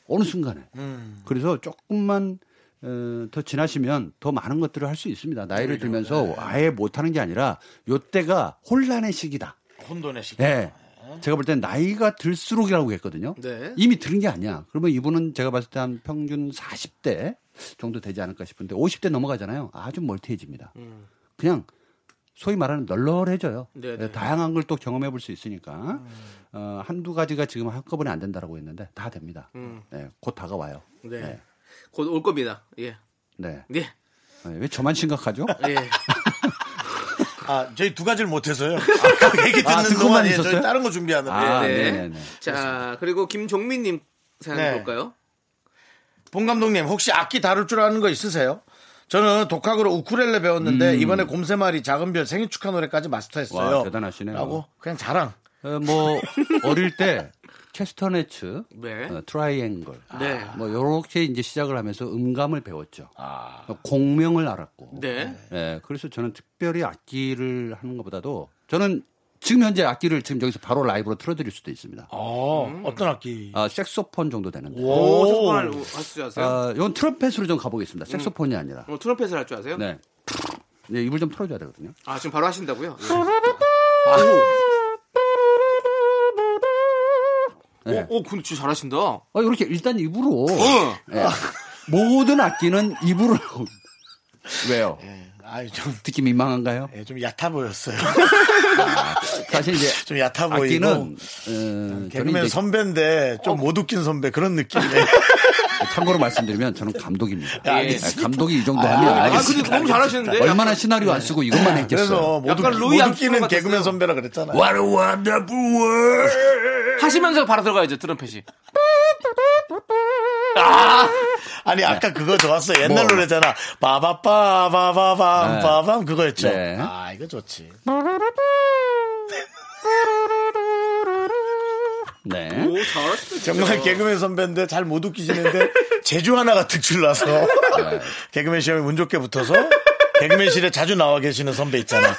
어느 순간에. 음. 그래서 조금만 어, 더 지나시면 더 많은 것들을 할 수 있습니다. 나이를 들면서 아예 못하는 게 아니라 요때가 혼란의 시기다. 혼돈의 시간. 네. 제가 볼 땐 나이가 들수록이라고 했거든요. 네. 이미 들은 게 아니야. 그러면 이분은 제가 봤을 때 한 평균 40대 정도 되지 않을까 싶은데 50대 넘어가잖아요. 아주 멀티해집니다. 그냥 소위 말하는 널널해져요. 음. 네, 예, 다양한 걸 또 경험해 볼 수 있으니까 어, 한두 가지가 지금 한꺼번에 안 된다라고 했는데 다 됩니다. 음. 예, 곧 다가와요. 네. 네. 곧 올 겁니다. 예. 네. 네. 예, 왜 저만 심각하죠? 예. 아, 저희 두 가지를 못해서요. 아까 얘기 듣는 아, 듣고만 동안 예, 저희 있었어요? 다른 거 준비하는데. 아, 네. 네, 네. 자, 그리고 김종민님 사연 네. 볼까요? 봉 감독님 혹시 악기 다룰 줄 아는 거 있으세요? 저는 독학으로 우쿨렐레 배웠는데 이번에 곰새마리 작은 별 생일 축하 노래까지 마스터했어요. 음. 와, 대단하시네요. 라고 그냥 자랑. 어, 뭐 어릴 때 체스터네츠, 네. 어, 트라이앵글, 네. 뭐 요렇게 이제 시작을 하면서 음감을 배웠죠. 아. 공명을 알았고. 네. 예, 그래서 저는 특별히 악기를 하는 것보다도 저는 지금 현재 악기를 지금 여기서 바로 라이브로 틀어드릴 수도 있습니다. 어, 어떤 악기? 아, 색소폰 정도 되는데. 오, 소통할 할줄 아세요? 아, 이건 트럼펫으로 좀 가보겠습니다. 음. 색소폰이 아니라. 어, 트럼펫을 할 줄 아세요? 네. 네, 입을 좀 털어줘야 되거든요. 아, 지금 바로 하신다고요? 아. 네. 오, 오, 어, 근데 진짜 잘하신다. 어, 이렇게 일단 입으로. 응. 예. 모든 악기는 입으로. 왜요? 아, 좀, 듣기 민망한가요? 예, 좀 얕아 보였어요. 사실 이제 좀 얕아 보이고. 악기는 어, 저는 개그맨 이제 어. 선배인데 좀 못 웃긴 선배 그런 느낌이에요. 참고로 말씀드리면 저는 감독입니다. 예. 아, 감독이 이 정도 하면 아, 네, 알겠습니다. 근데 너무 잘하시는데. 얼마나 시나리오 안 쓰고 이것만 했겠어요. 그래서 못, 약간 웃기, 로이 못 암스트롱 웃기는 같았어요. 개그맨 선배라 그랬잖아요. What a wonderful world. 하시면서 바로 들어가야죠, 트럼펫이. 아니 아까 그거 좋았어 요 옛날 뭐. 노래잖아 바바바바바밤 네. 바밤 그거였죠 네. 아 이거 좋지 네. 오, 잘하시네. 정말 개그맨 선배인데 잘 못 웃기시는데 제주 하나가 특출나서 네. 개그맨 시험에 운 좋게 붙어서 개그맨실에 자주 나와 계시는 선배 있잖아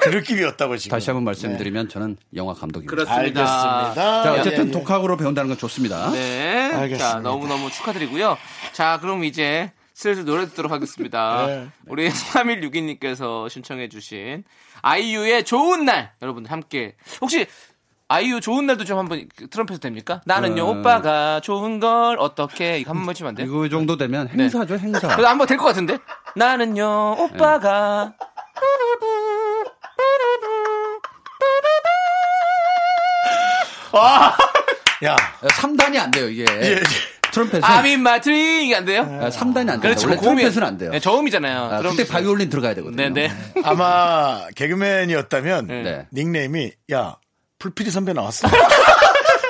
그럴 네. 기이었다고 지금 다시 한번 말씀드리면 저는 영화 감독입니다. 그렇습니다. 알겠습니다 자, 어쨌든 예, 예. 독학으로 배운다는 건 좋습니다. 네. 알겠습니다. 자, 너무너무 축하드리고요. 자, 그럼 이제 슬슬 노래 듣도록 하겠습니다. 네. 우리 3162님께서 신청해주신 아이유의 좋은 날 여러분들 함께 혹시 아이유 좋은 날도 좀 한번 트럼펫 됩니까? 나는요 어. 오빠가 좋은 걸 어떻게 이거 한번 해주면 안 돼요? 이거 정도 되면 행사죠, 행사. 네. 그래도 한번 될 것 같은데? 나는요 오빠가 야 예, 3단이 예, 안 돼요, 이게. 예. 네. 트럼펫은. I'm in my dream 이게 안 돼요? 3단이 안 돼요. 그렇죠. 네. 원래 고음이- 트럼펫은 안 돼요. 네, 저음이잖아요. 아, 트럼펫은. 그때 바이올린 들어가야 되거든요. 네네. 아마 개그맨이었다면 네. 닉네임이 야 불필이 선배 나왔어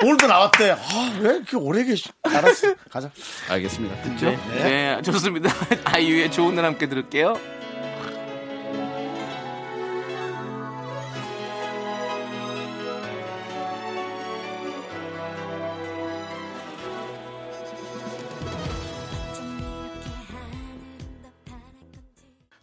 오늘도 나왔대 아왜 이렇게 오래 계시 알았어 가자 알겠습니다. 듣죠? 네. 네, 좋습니다. 아이유의 좋은 날 함께 들을게요.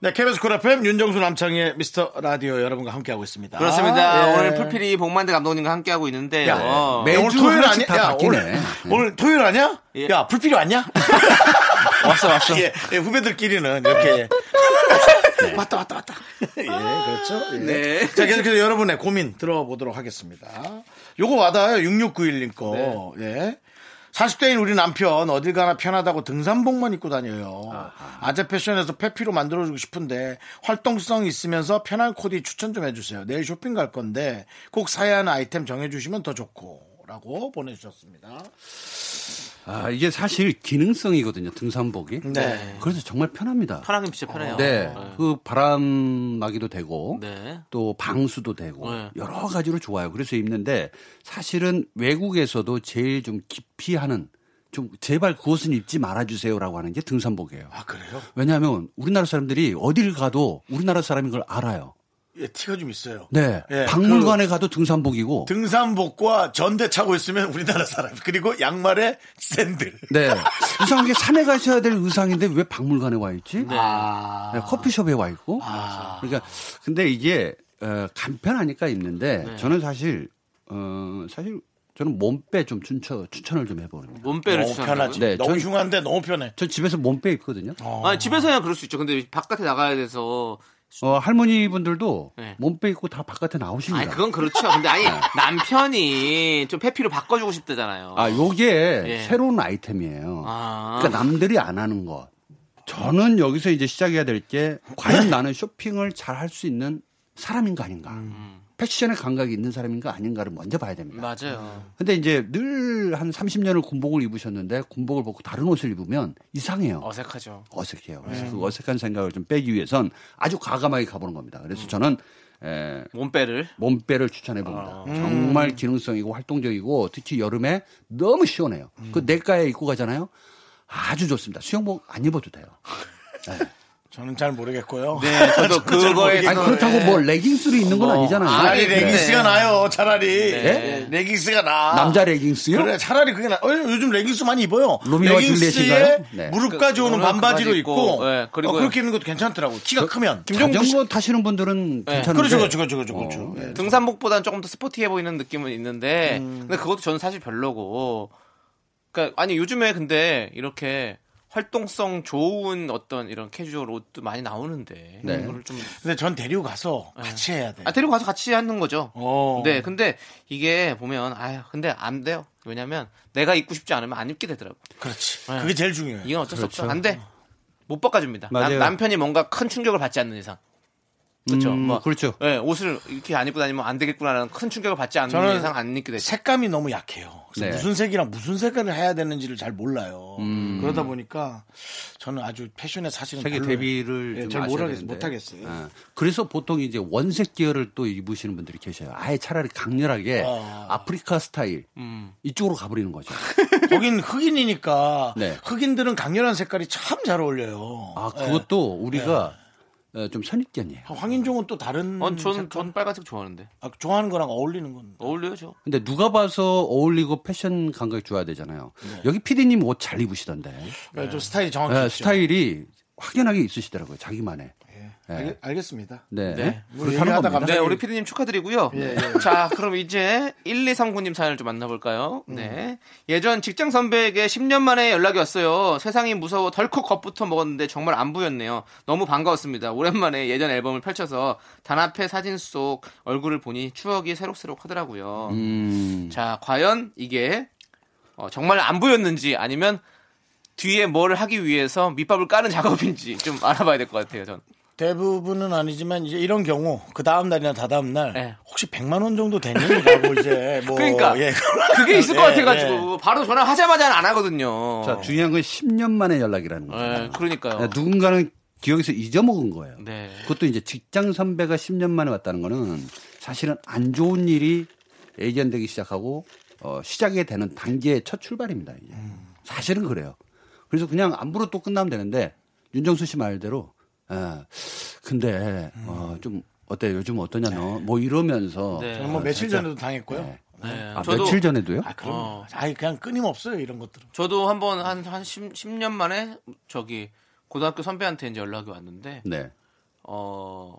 네, KBS 쿨 FM 윤정수 남창의 미스터 라디오 여러분과 함께하고 있습니다. 그렇습니다. 예. 오늘 풀필이 복만대 감독님과 함께하고 있는데요. 야, 어. 매- 야, 오늘 매주 토요일 아니야? 하나씩 다 야, 바뀌네. 오늘, 네. 오늘 토요일 아니야? 예. 야, 불필요 아니야? 왔어, 왔어. 예, 예, 후배들끼리는 이렇게 왔다 왔다 왔다. 예, 그렇죠. 예. 네. 자, 계속해서 여러분의 고민 들어보도록 하겠습니다. 요거 와닿아요. 6691님 거. 예. 40대인 우리 남편 어딜 가나 편하다고 등산복만 입고 다녀요. 아재 패션에서 페피로 만들어주고 싶은데 활동성 있으면서 편한 코디 추천 좀 해주세요. 내일 쇼핑 갈 건데 꼭 사야 하는 아이템 정해주시면 더 좋고. 라고 보내주셨습니다. 아, 이게 사실 기능성이거든요, 등산복이. 네. 그래서 정말 편합니다. 편하긴 진짜 편해요. 네. 그 바람막이도 되고. 네. 또 방수도 되고 네. 여러 가지로 좋아요. 그래서 입는데 사실은 외국에서도 제일 좀 깊이 하는 좀 제발 그것은 입지 말아주세요라고 하는 게 등산복이에요. 아, 그래요? 왜냐하면 우리나라 사람들이 어딜 가도 우리나라 사람인 걸 알아요. 예, 티가 좀 있어요. 네. 예, 박물관에 가도 등산복이고. 등산복과 전대 차고 있으면 우리나라 사람 그리고 양말에 샌들 네. 이상하게 산에 가셔야 될 의상인데 왜 박물관에 와 있지? 네, 커피숍에 와 있고. 아. 그러니까 근데 이게 어, 간편하니까 입는데 네. 저는 사실 어, 사실 저는 몸빼 좀 추천 추천을 좀 해보는데. 몸빼를 너무 추천하고. 편하지 네, 너무 전- 흉한데 너무 편해 전 집에서 몸빼 입거든요. 아, 집에서 그냥 그럴 수 있죠. 근데 바깥에 나가야 돼서. 어, 할머니 분들도 네. 몸빼 입고 다 바깥에 나오십니다. 아니, 그건 그렇죠. 근데 아니, 남편이 좀 페피로 바꿔주고 싶다잖아요. 아, 요게 예. 새로운 아이템이에요. 아. 그러니까 남들이 안 하는 것. 저는 여기서 이제 시작해야 될 게 과연 나는 쇼핑을 잘 할 수 있는 사람인가 아닌가. 음. 패션의 감각이 있는 사람인가 아닌가를 먼저 봐야 됩니다. 맞아요. 근데 이제 늘 한 30년을 군복을 입으셨는데 군복을 벗고 다른 옷을 입으면 이상해요. 어색하죠. 어색해요. 그래서 그 어색한 생각을 좀 빼기 위해선 아주 과감하게 가보는 겁니다. 그래서 저는 에, 몸빼를. 몸빼를 추천해 봅니다. 정말 기능성이고 활동적이고 특히 여름에 너무 시원해요. 그 내과에 입고 가잖아요. 아주 좋습니다. 수영복 안 입어도 돼요. 저는 잘 모르겠고요. 네, 저도 그거에 아니 그렇다고 뭐 레깅스로 입는 건 아니잖아요. 차라리 네. 레깅스가 나요. 차라리 네. 레깅스가 나. 남자 레깅스요? 그래 차라리 그게 나. 어, 요즘 레깅스 많이 입어요. 로미오와 줄리엣인가요? 레깅스에 네. 무릎까지 그, 오는 무릎까지 반바지로 입고, 입고, 예, 그리고 어, 그렇게 입는 것도 괜찮더라고. 그 키가 크면. 자전거 타시는 분들은 괜찮은데 그렇죠, 그렇죠, 그렇죠, 어. 그렇죠. 그렇죠. 예. 등산복보다는 조금 더 스포티해 보이는 느낌은 있는데 근데 그것도 저는 사실 별로고 그러니까 아니 요즘에 근데 이렇게 활동성 좋은 어떤 이런 캐주얼 옷도 많이 나오는데 네. 이거를 좀 근데 전 데리고 가서 같이 해야 돼. 아, 데리고 가서 같이 하는 거죠. 어. 네, 근데 이게 보면 아유, 근데 안 돼요. 왜냐면 내가 입고 싶지 않으면 안 입게 되더라고. 그렇지. 네. 그게 제일 중요해. 이건 어쩔 수 없어. 안 돼. 못 바꿔줍니다. 맞아요. 남, 편이 뭔가 큰 충격을 받지 않는 이상. 그렇죠. 음, 뭐, 그렇죠. 예, 옷을 이렇게 안 입고 다니면 안 되겠구나라는 큰 충격을 받지 않는 저는 이상 안 입게 되죠. 색감이 너무 약해요. 그래서 네. 무슨 색이랑 무슨 색깔을 해야 되는지를 잘 몰라요. 그러다 보니까 저는 아주 패션에 사실은 세계 별로예요. 음. 대비를 예, 좀 잘 아셔야 못하겠, 되는데. 못하겠어요. 아, 그래서 보통 이제 원색 계열을 또 입으시는 분들이 계셔요. 아예 차라리 강렬하게 아. 음. 아프리카 스타일 이쪽으로 가버리는 거죠. 거긴 흑인이니까 네. 흑인들은 강렬한 색깔이 참 잘 어울려요. 아 예. 그것도 우리가 어, 좀 선입견이에요. 황인종은 또 다른 어, 저는, 색깔? 전 빨간색 좋아하는데. 아, 좋아하는 거랑 어울리는 건 어울려요, 저. 근데 누가 봐서 어울리고 패션 감각이 좋아야 되잖아요. 네. 여기 피디님 옷 잘 입으시던데 그러니까 좀 스타일이 정확히 네, 있죠. 스타일이 확연하게 있으시더라고요. 자기만의. 예. 알겠, 알겠습니다. 네. 네. 뭐 그렇다는 얘기하다 겁니다. 네, 우리 피디님 축하드리고요. 자, 그럼 이제 1239님 사연을 좀 만나볼까요? 네. 예전 직장 선배에게 10년 만에 연락이 왔어요. 세상이 무서워 덜컥 겁부터 먹었는데 정말 안 보였네요. 너무 반가웠습니다. 오랜만에 예전 앨범을 펼쳐서 단합회 사진 속 얼굴을 보니 추억이 새록새록 하더라고요. 음, 자, 과연 이게 어, 정말 안 보였는지 아니면 뒤에 뭘 하기 위해서 밑밥을 까는 작업인지 좀 알아봐야 될 것 같아요, 전. 대부분은 아니지만 이제 이런 경우 그 다음 날이나 다다음 날 예. 혹시 100만 원 정도 되니라고 이제 뭐 그러니까. 예. 그게 있을 것 예, 같아가지고 네, 바로 전화하자마자는 안 하거든요. 자 중요한 건 10년 만에 연락이라는 거예요. 예, 어. 그러니까요. 네, 누군가는 기억에서 잊어먹은 거예요. 네. 그것도 이제 직장 선배가 10년 만에 왔다는 거는 사실은 안 좋은 일이 예견되기 시작하고 어, 시작이 되는 단계의 첫 출발입니다. 이제. 음. 사실은 그래요. 그래서 그냥 안부로 또 끝나면 되는데 윤정수 씨 말대로 아, 근데 음. 어, 좀 어때 요즘 어떠냐 너 뭐 이러면서 네. 저는 뭐 어, 며칠 진짜, 전에도 당했고요. 네. 네, 아, 저도 며칠 전에도요? 아, 그럼 어. 아예 그냥 끊임없어요 이런 것들은. 저도 한번 한한 10, 10년 만에 저기 고등학교 선배한테 이제 연락이 왔는데 네. 어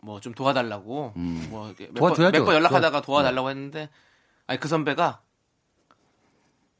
뭐 좀 도와달라고 뭐 이렇게 몇 음. 도와줘야죠. 네. 번- 몇번 연락하다가 도와달라고 했는데 아니 그 선배가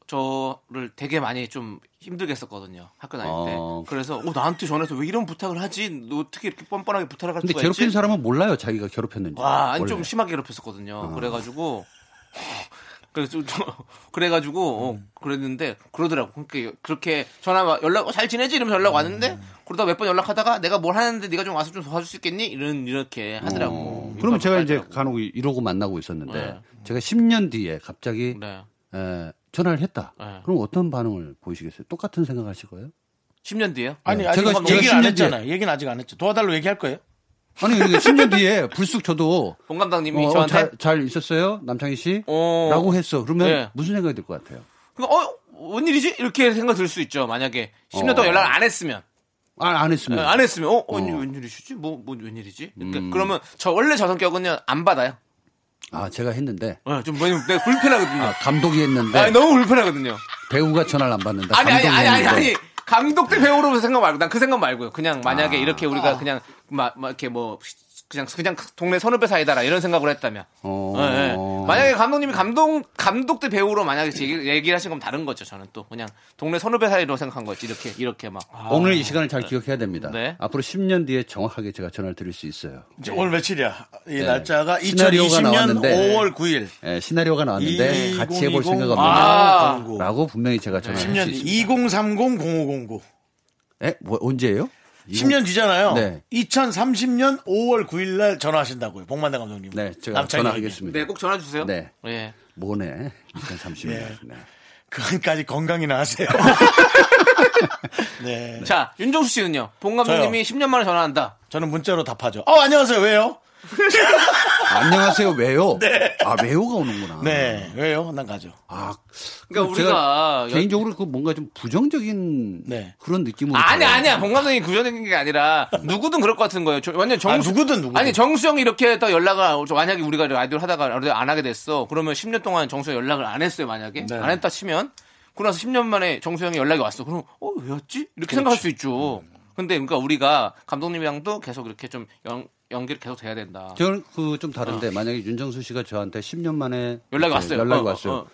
저를 되게 많이 좀 힘들게 했었거든요 학교 다닐 때 어. 그래서 어, 나한테 전화해서 왜 이런 부탁을 하지 너 어떻게 이렇게 뻔뻔하게 부탁을 할 근데 수가 괴롭힌 있지 사람은 몰라요 자기가 괴롭혔는지. 그 와, 아니 원래. 어. 좀 심하게 괴롭혔었거든요. 그래가지고 그래서 좀, 좀- 그래가지고 어, 음. 그랬는데 그러더라고. 그러니까 그렇게 전화 와- 연락 어, 잘 지내지 이러면서 연락 왔는데 음. 그러다 몇 번 연락하다가 내가 뭘 하는데 네가 좀 와서 좀 도와줄 수 있겠니? 이런 이렇게 하더라고. 어, 민망하게 그러면 제가 이제 하더라고. 간혹 이러고 만나고 있었는데 네. 제가 10년 뒤에 갑자기 네. 에, 전화를 했다. 네. 그럼 어떤 반응을 보이시겠어요? 똑같은 생각하실 거예요? 10년 뒤에요? 아니 네. 아직 제가- 제가, 제가 얘기를 안 10년 했잖아요. 얘기는 아직 안 했죠. 도와달라고 얘기할 거예요. 아니 이게 10년 뒤에 불쑥 저도 본 감독님이 어, 저한테 잘, 잘 있었어요, 남창희 씨? 어. 라고 했어. 그러면 네. 무슨 생각이 들 것 같아요? 그럼 어 웬일이지? 이렇게 생각 들 수 있죠. 만약에 10년 동안 어. 연락 안 했으면 아, 안 했으면. 안 했으면 어, 어. 웬일이시지? 뭐, 뭐 웬일이지? 그러니까 음. 그러면 저 원래 저 성격은요 안 받아요. 아, 제가 했는데. 어, 좀 많이 내가 불편하거든요. 아, 감독이 했는데 아니 너무 불편하거든요. 배우가 전화를 안 받는다. 아니 아니 감독이 아니 아니 했는데. 아니 감독 대 배우로서 생각 말고 난 그 생각 말고요. 그냥 아. 만약에 이렇게 우리가 그냥 막, 막 이렇게 뭐 그냥 그냥 동네 선후배 사이다라 이런 생각으로 했다면. 어. 예, 예. 만약에 감독님이 감독 감독 대 배우로 만약에 얘기, 얘기를 하신 건 다른 거죠. 저는 또 그냥 동네 선후배 사이로 생각한 거지 이렇게 이렇게 막. 오늘 이 시간을 잘 기억해야 됩니다. 네. 앞으로 10년 뒤에 정확하게 제가 전화를 드릴 수 있어요. 이제 오늘 며칠이야? 이 날짜가 네. 시나리오가 2020년 나왔는데. 5월 9일. 예, 시나리오가 나왔는데 2020 같이 해볼 생각 아, 없느냐라고 분명히 제가 전화를 할 수 10년 있습니다. 2030 0509. 에? 뭐, 언제예요? 10년 뒤잖아요. 네. 2030년 5월 9일 날 전화하신다고요. 복만대 감독님. 네, 제가 남창희 전화하겠습니다. 네, 꼭 전화 주세요. 네. 예. 뭐네? 2030년. 네. 그간까지 건강이나 하세요. 네. 자, 윤종수 씨는요. 본 감독님이 10년 만에 전화한다. 저는 문자로 답하죠. 어, 안녕하세요. 왜요? 안녕하세요, 왜요? 네. 아, 왜요가 오는구나. 네. 왜요? 난 가죠. 아, 그러니까 제가 우리가 개인적으로 그 뭔가 좀 부정적인 네. 그런 느낌으로. 아니 봐요. 아니야 본 감독님 구조적인 게 아니라 누구든 그럴 것 같은 거예요. 저- 완전 아, 정수 누구든 누구든. 아니 정수영이 이렇게 또 연락을 안- 만약에 우리가 라디오를 하다가 라디오 안 하게 됐어. 그러면 10년 동안 정수영 연락을 안 했어요 만약에 네. 안 했다 치면 그러고 나서 10년 만에 정수영이 연락이 왔어. 그럼 어 왜였지? 이렇게 생각할 수 있죠. 근데 그러니까 우리가 감독님이랑도 계속 이렇게 좀 연, 연기를 계속 돼야 된다. 저는 그 좀 다른데 만약에 윤정수 씨가 저한테 10년 만에 어. 연락이 이렇게 왔어요. 연락이 어, 어, 음. 왔어요. 어.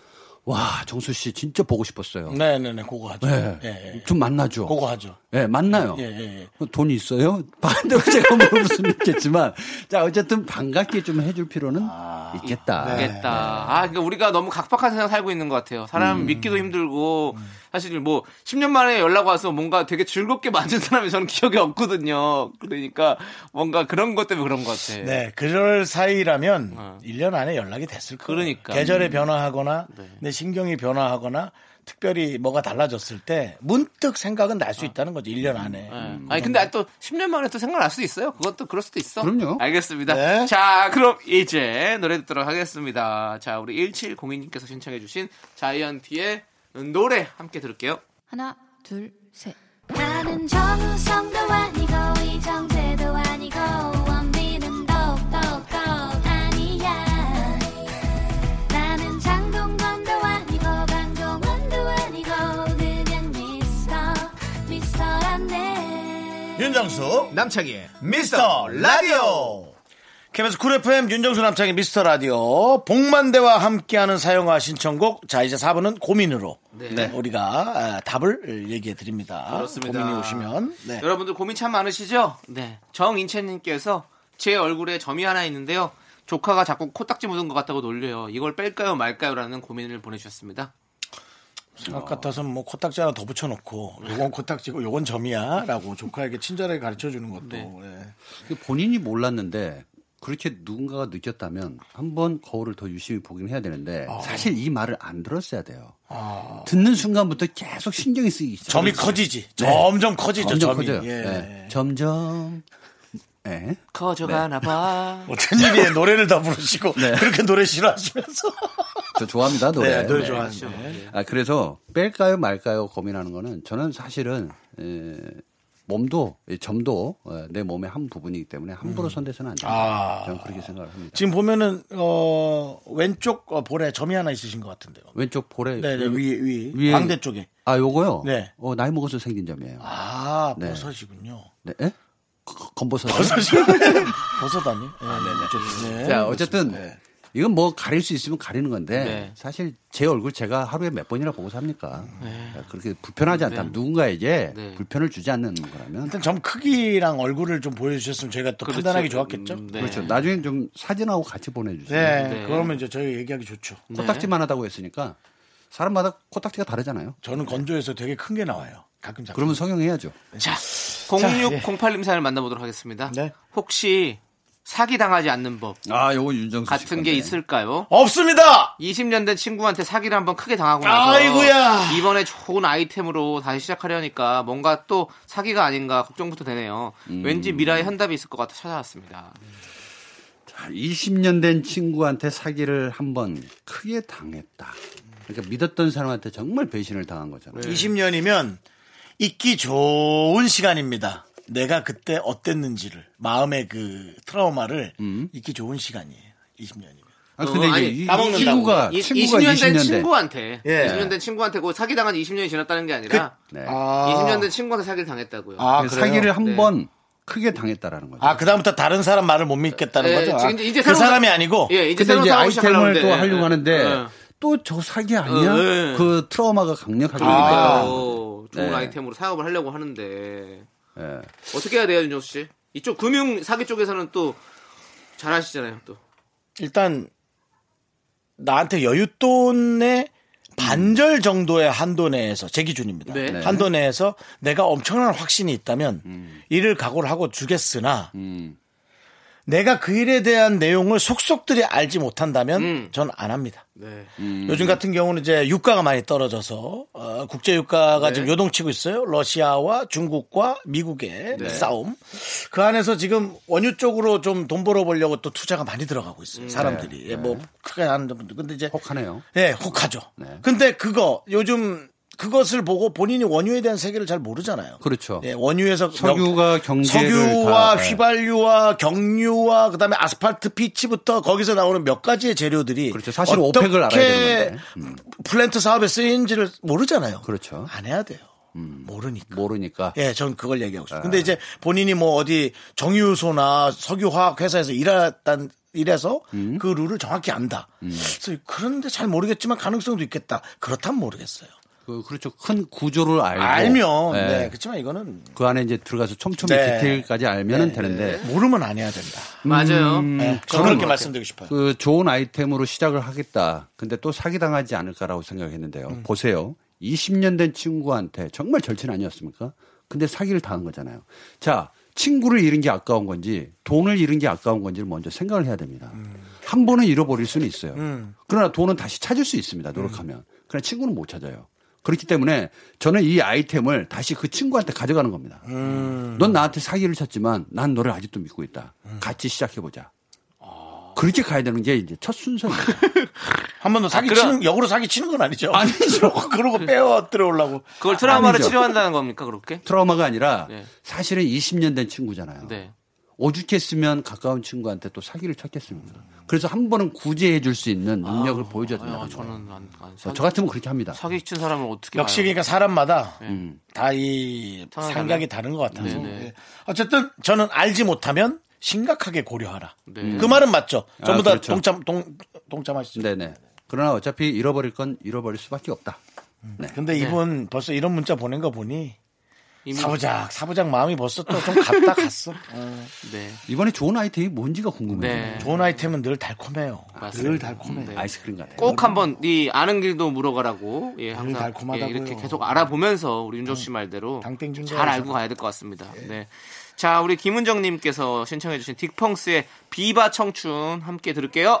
와, 정수 씨 진짜 보고 싶었어요. 네네네. 그거 하죠. 네. 예, 예. 좀 만나죠. 그거 하죠. 네, 만나요. 예, 예, 어, 돈 있어요? 반대로 제가 물어볼 수는 있겠지만, 자, 어쨌든 반갑게 좀 해줄 필요는 아, 있겠다. 네. 알겠다. 아, 그러니까 우리가 너무 각박한 세상 살고 있는 것 같아요. 사람 음. 믿기도 힘들고 사실 뭐 10년 만에 연락 와서 뭔가 되게 즐겁게 만든 사람이 저는 기억이 없거든요. 그러니까 뭔가 그런 것 때문에 그런 것 같아. 예. 네. 그럴 사이라면 1년 안에 연락이 됐을 거예요. 어. 그러니까. 계절에 변화하거나 네. 내 신경이 변화하거나 특별히 뭐가 달라졌을 때 문득 생각은 날 수 있다는 거죠. 1년 안에. 아. 음. 네. 음, 아니 근데 또 10년 만에 또 생각날 수도 있어요. 그것도 그럴 수도 있어. 그럼요. 알겠습니다. 네. 자, 그럼 이제 노래 듣도록 하겠습니다. 자, 우리 1702님께서 신청해 주신 자이언티의 노래 함께 들을게요. 하나, 둘, 셋. 나는 정우성도 아니고 이정재도 아니고 원빈은 더욱더 아니야 나는 장동건도 아니고 강동원도 아니고 그냥 미스터 미스터란데 윤정수 예. 남창희의 미스터 라디오 KBS 쿨 FM 윤정수 남창의 미스터 라디오 복만대와 함께하는 사용과 신청곡 자 이제 4분은 고민으로 네, 우리가 아, 답을 얘기해 드립니다 그렇습니다. 고민이 오시면 네. 여러분들 고민 참 많으시죠? 네. 정인채님께서 제 얼굴에 점이 하나 있는데요. 조카가 자꾸 코딱지 묻은 것 같다고 놀려요. 이걸 뺄까요 말까요라는 고민을 보내주셨습니다. 생각 같아서 뭐 코딱지 하나 더 붙여놓고 요건 코딱지고 요건 점이야 라고 조카에게 친절하게 가르쳐주는 것도 네. 그 본인이 몰랐는데, 그렇게 누군가가 느꼈다면 한 번 거울을 더 유심히 보긴 해야 되는데, 아. 사실 이 말을 안 들었어야 돼요. 듣는 순간부터 계속 신경이 쓰이기 시작. 점이 커지지 그렇죠. 네. 점점 커지죠 점점 점이 커져요. 예. 네. 점점. 예. 네. 커져가나 봐. 어떤 일이에 뭐 노래를 다 부르시고 그렇게 노래 싫어하시면서 저 좋아합니다 노래. 네, 노래 네. 좋아하시네 아 그래서 뺄까요 말까요 고민하는 거는 저는 사실은 에, 몸도 이 점도 어, 내 몸의 한 부분이기 때문에 함부로 손대서는 안 음. 된다. 아. 저는 그렇게 생각을 합니다. 지금 보면은 어 왼쪽 어, 볼에 점이 하나 있으신 것 같은데요. 왼쪽 볼에 네, 네 위에 위에 위에- 광대 쪽에. 아 요거요. 네. 어, 나이 먹어서 생긴 점이에요. 아 네. 버섯이군요. 네. 에? 거- 건버섯. 버섯 아니? 아, 네, 네. 자 어쨌든 네. 이건 뭐 가릴 수 있으면 가리는 건데 네. 사실 제 얼굴 제가 하루에 몇 번이나 보고 삽니까? 네. 그렇게 불편하지 않다면 누군가에게 네. 불편을 주지 않는 거라면 일단 점 크기랑 얼굴을 좀 보여주셨으면 저희가 또 판단하기 좋았겠죠. 음, 네. 네. 그렇죠. 나중에 좀 사진하고 같이 보내주세요. 네. 그러면 이제 저희 얘기하기 좋죠. 코딱지만 하다고 했으니까 사람마다 코딱지가 다르잖아요. 저는 건조해서 되게 큰 게 나와요. 가끔 작. 그러면 성형해야죠. 자, 0608님 사연을 만나보도록 하겠습니다. 예. 네. 혹시 혹시 사기 당하지 않는 법 아, 요거 윤정수 같은 네. 게 있을까요? 없습니다. 20년 된 친구한테 사기를 한번 크게 당하고 나서 아이고야. 이번에 좋은 아이템으로 다시 시작하려니까 뭔가 또 사기가 아닌가 걱정부터 되네요. 음. 왠지 미라에 현답이 있을 것 같아 찾아왔습니다. 20년 된 친구한테 사기를 한 번 크게 당했다. 그러니까 믿었던 사람한테 정말 배신을 당한 거잖아요. 20년이면 있기 좋은 시간입니다. 내가 그때 어땠는지를 마음의 그 트라우마를 음. 잊기 좋은 시간이에요. 20년이면. 아, 근데 어, 이제 아니, 이 다 먹는다고. 친구가 이, 친구가 20년 된 20년 된 친구한테 예. 20년 된 친구한테 그 사기 당한 지 20년이 지났다는 게 아니라 네. 20년 된 친구한테 사기를 당했다고요. 아, 그래서 그래요? 사기를 한 네. 번 크게 당했다라는 거죠. 아, 그다음부터 다른 사람 말을 못 믿겠다는 예, 거죠. 아, 지금 이제- 이제 그 새로운 사람이 사- 아니고 예, 이제 근데 새로운 이제 사업을 시작하려고 아이템을 또 하는데. 하려고 하는데 예. 또 저 사기 아니야? 어, 아. 예. 그 트라우마가 강력하게 그러니까요. 오니까. 좋은 네. 아이템으로 사업을 하려고 하는데 예. 어떻게 해야 돼요, 윤정수 씨? 이쪽 금융 사기 쪽에서는 또 잘하시잖아요, 또. 일단 나한테 여윳돈의 반절 정도의 한도 내에서 제 기준입니다. 네. 네. 한도 내에서 내가 엄청난 확신이 있다면 이를 각오를 하고 주겠으나 내가 그 일에 대한 내용을 속속들이 알지 못한다면 전 안 합니다. 네. 음. 요즘 같은 경우는 이제 유가가 많이 떨어져서 어, 국제 유가가 네. 지금 요동치고 있어요. 러시아와 중국과 미국의 네. 싸움. 그 안에서 지금 원유 쪽으로 좀 돈 벌어보려고 또 투자가 많이 들어가고 있어요. 사람들이 네. 예, 뭐 크게 하는 분들. 근데 이제 혹하네요. 예, 혹하죠. 네. 근데 그거 요즘 그것을 보고 본인이 원유에 대한 세계를 잘 모르잖아요. 그렇죠. 예, 원유에서 석유가 경제를 석유와 다, 예. 휘발유와 경유와 그다음에 아스팔트 피치부터 거기서 나오는 몇 가지의 재료들이 그렇죠. 사실 오펙을 알아야 되는 건데. 음. 플랜트 사업에 쓰인지를 모르잖아요. 그렇죠. 음. 안 해야 돼요. 모르니까. 모르니까. 예, 전 그걸 얘기하고 싶어요. 근데 이제 본인이 뭐 어디 정유소나 석유화학 회사에서 일했단 일해서 그 룰을 정확히 안다. 그래서 그런데 잘 모르겠지만 가능성도 있겠다. 그렇다면 모르겠어요. 그, 렇죠큰 구조를 알고 알면 예. 네. 그렇지만 이거는 그 안에 이제 들어가서 촘촘히 네. 디테일까지 알면은 되는데 모르면 안 해야 된다. 맞아요. 네, 저는 그렇게 말씀드리고 싶어요. 그 좋은 아이템으로 시작을 하겠다. 근데 또 사기당하지 않을까라고 생각했는데요. 보세요. 20년 된 친구한테 정말 절친 아니었습니까? 근데 사기를 당한 거잖아요. 자, 친구를 잃은 게 아까운 건지 돈을 잃은 게 아까운 건지를 먼저 생각을 해야 됩니다. 한 번은 잃어버릴 수는 있어요. 그러나 돈은 다시 찾을 수 있습니다. 노력하면. 그러나 친구는 못 찾아요. 그렇기 때문에 저는 이 아이템을 다시 그 친구한테 가져가는 겁니다. 넌 나한테 사기를 쳤지만 난 너를 아직도 믿고 있다. 같이 시작해보자. 그렇게 가야 되는 게 이제 첫 순서입니다. 한 번도 사기 치는 역으로 사기 치는 건 아, 아니죠. 아니죠. 그러고 빼어 들어오려고. 그걸 트라우마를 아니죠. 치료한다는 겁니까 그렇게? 트라우마가 아니라 네. 사실은 20년 된 친구잖아요. 네. 오죽했으면 가까운 친구한테 또 사기를 쳤겠습니까? 그래서 한 번은 구제해 줄 수 있는 능력을 보여줘야 된다. 아, 저는 안, 안 사- 저 같으면 그렇게 합니다. 사기 친 사람을 어떻게 역시 봐요? 네. 그러니까 사람마다 음. 다 이 상황이 생각이 달라요? 다른 것 같아서 네네. 예. 어쨌든 저는 알지 못하면 심각하게 고려하라. 네. 그 말은 맞죠. 아, 전부 다 그렇죠. 동참 동 동참하시죠. 네네. 그러나 어차피 잃어버릴 건 잃어버릴 수밖에 없다. 근데 이분 벌써 이런 문자 보낸 거 보니 이미- 사부작 사부작 마음이 벌써 또 좀 갔다 갔어. 어. 네. 이번에 좋은 아이템이 뭔지가 궁금해요. 네. 좋은 아이템은 늘 달콤해요. 늘 달콤해. 네. 아이스크림 같아요. 꼭 한번 이 아는 길도 물어가라고 예 항상 달콤하다고요. 네. 예, 이렇게 계속 알아보면서 우리 윤종 씨 말대로 당땡 준 잘 거라서. 예. 알고 가야 될 것 같습니다. 네. 자 우리 김은정님께서 신청해주신 딕펑스의 비바 청춘 함께 들을게요.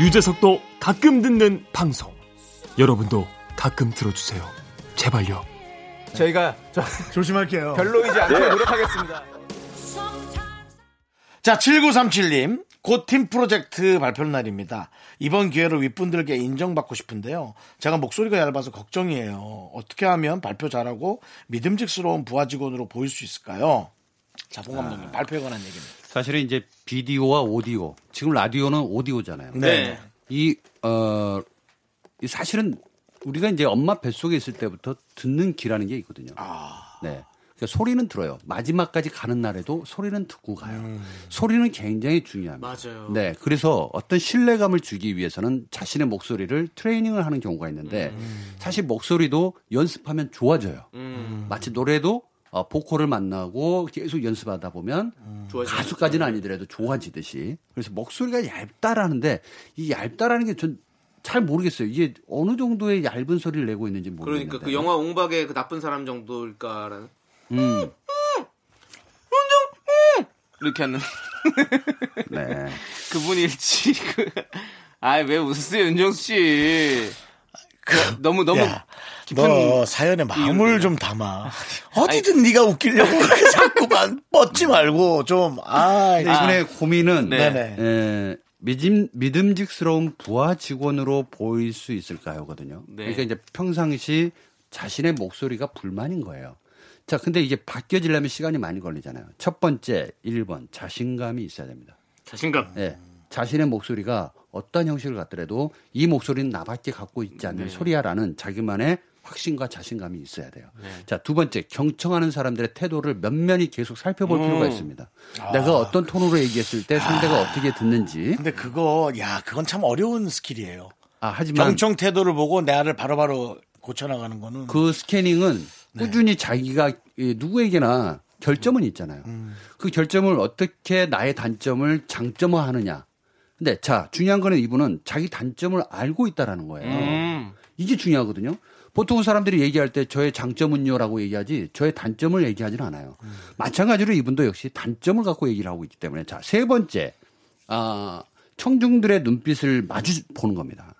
유재석도 가끔 듣는 방송. 여러분도 가끔 들어주세요. 제발요. 저희가 조심할게요. 별로이지 않게 노력하겠습니다. 자, 7937님. 곧 팀 프로젝트 발표 날입니다. 이번 기회로 윗분들께 인정받고 싶은데요. 제가 목소리가 얇아서 걱정이에요. 어떻게 하면 발표 잘하고 믿음직스러운 부하 직원으로 보일 수 있을까요? 자, 봉 감독님 발표에 관한 얘기입니다. 사실은 이제 비디오와 오디오. 지금 라디오는 오디오잖아요. 네. 이, 어, 이 사실은 우리가 이제 엄마 뱃속에 있을 때부터 듣는 귀라는 게 있거든요. 네. 그러니까 소리는 들어요. 마지막까지 가는 날에도 소리는 듣고 가요. 소리는 굉장히 중요합니다. 맞아요. 네. 그래서 어떤 신뢰감을 주기 위해서는 자신의 목소리를 트레이닝을 하는 경우가 있는데 음. 사실 목소리도 연습하면 좋아져요. 마치 노래도 어, 보컬을 만나고 계속 연습하다 보면 음. 좋아지는 가수까지는 아니더라도 좋아지듯이 그래서 목소리가 얇다라는데 이 얇다라는 게 전 잘 모르겠어요. 이게 어느 정도의 얇은 소리를 내고 있는지 모르겠는데. 그러니까 그 영화 옹박의 그 나쁜 사람 정도일까라는 음, 음. 이렇게 하는 네. 그분일지 그 아왜 웃으세요 윤정수 씨 그, 너무 너무 야, 깊은 너 뭐, 사연에 마음을 좀 담아. 어디든 네가 웃기려고 그렇게 자꾸만 뻗지 말고 좀, 아, 근데 네, 이분의 아. 고민은 네. 네네. 에, 믿음, 믿음직스러운 부하 직원으로 보일 수 있을까요거든요. 네. 그러니까 이제 평상시 자신의 목소리가 불만인 거예요. 자, 근데 이게 바뀌어지려면 시간이 많이 걸리잖아요. 첫 번째, 1번, 자신감이 있어야 됩니다. 자신감. 예. 자신의 목소리가 어떤 형식을 갖더라도 이 목소리는 나밖에 갖고 있지 않는 네. 소리야라는 자기만의 확신과 자신감이 있어야 돼요. 네. 자, 두 번째, 경청하는 사람들의 태도를 면면히 계속 살펴볼 음. 필요가 있습니다. 아. 내가 어떤 톤으로 얘기했을 때 상대가 어떻게 듣는지. 근데 그거, 야, 그건 참 어려운 스킬이에요. 아, 하지만 경청 태도를 보고 나를 바로바로 고쳐나가는 거는 그 스캐닝은 네. 꾸준히 자기가 이 누구에게나 결점은 있잖아요. 음. 그 결점을 어떻게 나의 단점을 장점화하느냐. 근데 자 중요한 거는 이분은 자기 단점을 알고 있다라는 거예요. 음. 음. 이게 중요하거든요. 보통 사람들이 얘기할 때 저의 장점은요라고 얘기하지 저의 단점을 얘기하지는 않아요. 마찬가지로 이분도 역시 단점을 갖고 얘기를 하고 있기 때문에 자 세 번째 아, 청중들의 눈빛을 마주 보는 겁니다.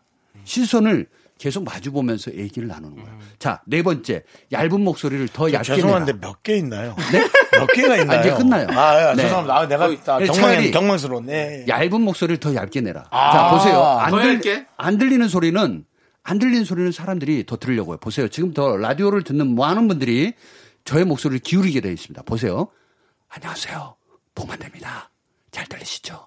시선을 계속 마주 보면서 얘기를 나누는 거예요. 자, 네 번째. 얇은 목소리를 더 좀 얇게 죄송한데 내라. 몇 개 있나요? 네? 몇 개가 있나요? 아, 이제 끝나요. 아, 예, 네. 죄송합니다. 아, 내가 아, 차라리 경망, 경망스러웠네. 얇은 목소리를 더 얇게 내라. 아, 자, 보세요. 더 안, 얇게? 들, 안 들리는 소리는 안 들리는 소리는 사람들이 더 들으려고 해요. 보세요. 지금 더 라디오를 듣는 많은 분들이 저의 목소리를 기울이게 되어 있습니다. 보세요. 안녕하세요. 보면 됩니다. 잘 들리시죠?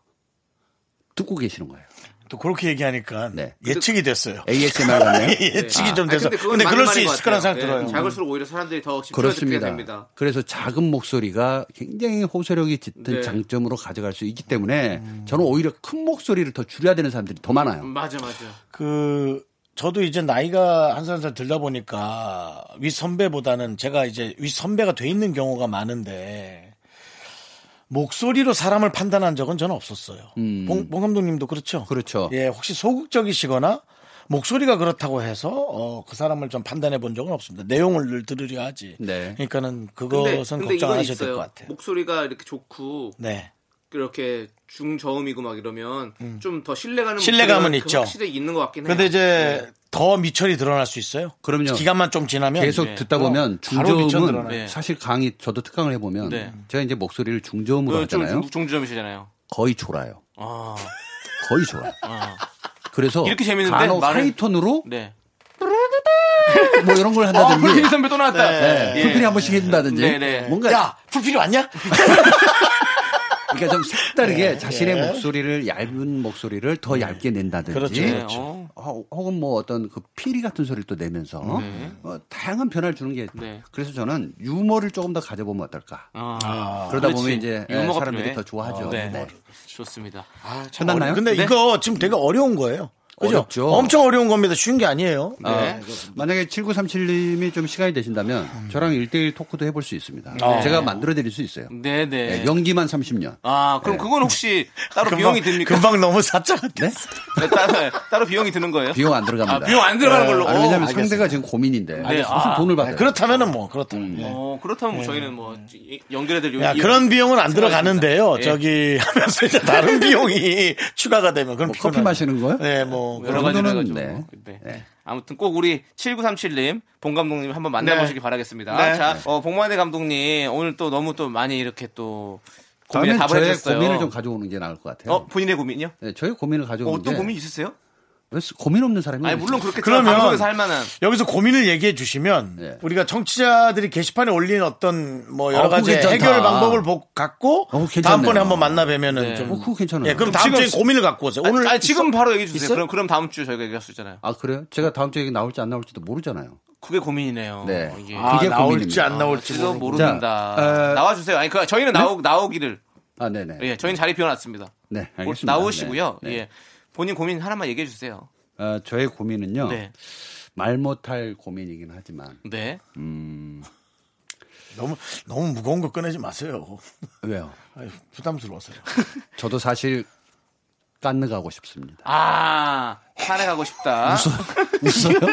듣고 계시는 거예요. 또 그렇게 얘기하니까 예측이 됐어요. ASMR 네. 같네요. 예측이 네. 좀 아, 돼서. 근데, 근데 그건 맞는 그럴 수 말인 있을 것 거라는 같아요. 생각 네. 들어요. 작을수록 오히려 사람들이 더 집중해서 그렇습니다. 됩니다. 그래서 작은 목소리가 굉장히 호소력이 짙은 네. 장점으로 가져갈 수 있기 때문에 저는 오히려 큰 목소리를 더 줄여야 되는 사람들이 더 음. 많아요. 맞아 맞아. 그 저도 이제 나이가 한 살 한 살 들다 보니까 윗 선배보다는 제가 이제 윗 선배가 돼 있는 경우가 많은데 목소리로 사람을 판단한 적은 저는 없었어요. 봉, 봉 감독님도 그렇죠. 음. 그렇죠. 예, 혹시 소극적이시거나 목소리가 그렇다고 해서 어, 그 사람을 좀 판단해 본 적은 없습니다. 내용을 늘 들으려 하지. 네. 그러니까는 그것은 걱정 안 이건 하셔도 될 것 있어요. 같아요. 목소리가 이렇게 좋고 네. 그렇게 중저음이고 막 이러면 음. 좀 더 신뢰가는 신뢰감은 목소리가 있죠. 확실히 있는 것 같긴 해요. 근데 이제 네. 네. 더 미천이 드러날 수 있어요. 그럼요. 기간만 좀 지나면 계속 예. 듣다 보면 바로 미천 중저음은 예. 드러나요. 사실 강의 저도 특강을 해보면 네. 제가 이제 목소리를 뭐 중저음으로 그 하잖아요. 중- 중저음이시잖아요. 거의 졸아요. 아. 거의 졸아요. 아. 그래서 이렇게 재밌는데 간혹 말을- 하이톤으로 네. 뭐 이런 걸 아, 한다든지 어, 불필요 선배 또 나왔다. 네. 예. 불필요 한 번씩 해준다든지 네, 네. 뭔가 야 불필요 왔냐? 그러니까 좀 색다르게 예, 자신의 예. 목소리를 얇은 목소리를 네. 더 얇게 낸다든지 그렇죠, 그렇죠. 어, 혹은 뭐 어떤 그 피리 같은 소리를 또 내면서 네. 어, 다양한 변화를 주는 게 네. 그래서 저는 유머를 조금 더 가져보면 어떨까 아. 그러다 그렇지. 보면 이제 예, 유머가 사람들이 필요해. 더 좋아하죠 아, 네. 네. 좋습니다. 아, 참 어려- 근데 네. 이거 지금 되게 어려운 거예요. 그죠? 어렵죠. 엄청 어려운 겁니다. 쉬운 게 아니에요. 네, 아, 만약에 7937님이 좀 시간이 되신다면 음. 저랑 일대일 토크도 해볼 수 있습니다. 네. 제가 만들어 드릴 수 있어요. 네, 네. 예, 연기만 30년. 아, 그럼 네. 그건 혹시 따로 비용이 듭니까? 금방 너무 사짜 같네. 따로, 따로 비용이 드는 거예요? 비용 안 들어갑니다. 아, 비용 안 들어가는 네. 걸로. 아니, 오, 왜냐면 알겠습니다. 상대가 지금 고민인데. 네, 무슨 아. 돈을 받아요. 그렇다면은 뭐 그렇다면. 예. 어, 그렇다면 뭐 저희는 뭐 이- 연결해드릴 야, 이- 그런 비용은 안 생각이 들어가는데요. 듭니다. 예. 저기 하면서 이제 다른 비용이 추가가 되면 그럼 뭐 커피 마시는 거요? 네, 뭐 여러 가지 해가지고. 그 네. 아무튼 꼭 우리 7937님, 봉 감독님 한번 만나보시기 네. 바라겠습니다. 네. 자, 어, 봉만대 감독님 오늘 또 너무 또 많이 이렇게 또 고민에 다음에 답을 저의 해주셨어요. 고민을 좀 가져오는 게 나을 것 같아요. 어, 본인의 고민이요? 네, 저의 고민을 가져오는 어떤 게. 고민 있으세요? 왜 쓰- 고민 없는 사람이 아니, 어디 물론 있어요? 그렇게 그러면 방송에서 할 만한. 여기서 고민을 얘기해 주시면 우리가 청취자들이 게시판에 올린 어떤 뭐 여러 어, 그거 가지 괜찮다. 해결 방법을 보- 갖고 괜찮네요. 다음번에 한번 만나뵈면은 네. 좀 어, 그거 괜찮아요. 예, 그럼 그럼 다음 주에 지금 고민을 갖고 오세요. 오늘 아니, 아니, 지금 있어? 바로 얘기해 주세요. 있어요? 그럼 그럼 다음 주에 저희가 얘기할 수 있잖아요. 아, 그래요? 제가 다음 주에 이게 나올지 안 나올지도 모르잖아요. 그게 고민이네요. 네. 이게. 아, 그게 나올지 고민입니다. 안 나올지 나올지도 모르겠다. 모른다. 자, 에, 나와주세요. 아니, 그 저희는 나오 나오기를. 아, 네네. 예, 저희는 자리 비워놨습니다. 네, 알겠습니다. 나오시고요. 네, 네. 예, 본인 고민 하나만 얘기해 주세요. 어, 저의 고민은요. 네. 말 못할 고민이긴 하지만. 네. 음, 너무 너무 무거운 거 꺼내지 마세요. 왜요? 아유, 부담스러워서요. 저도 사실 깐느 가고 싶습니다. 아, 산에가고 싶다. 웃어요?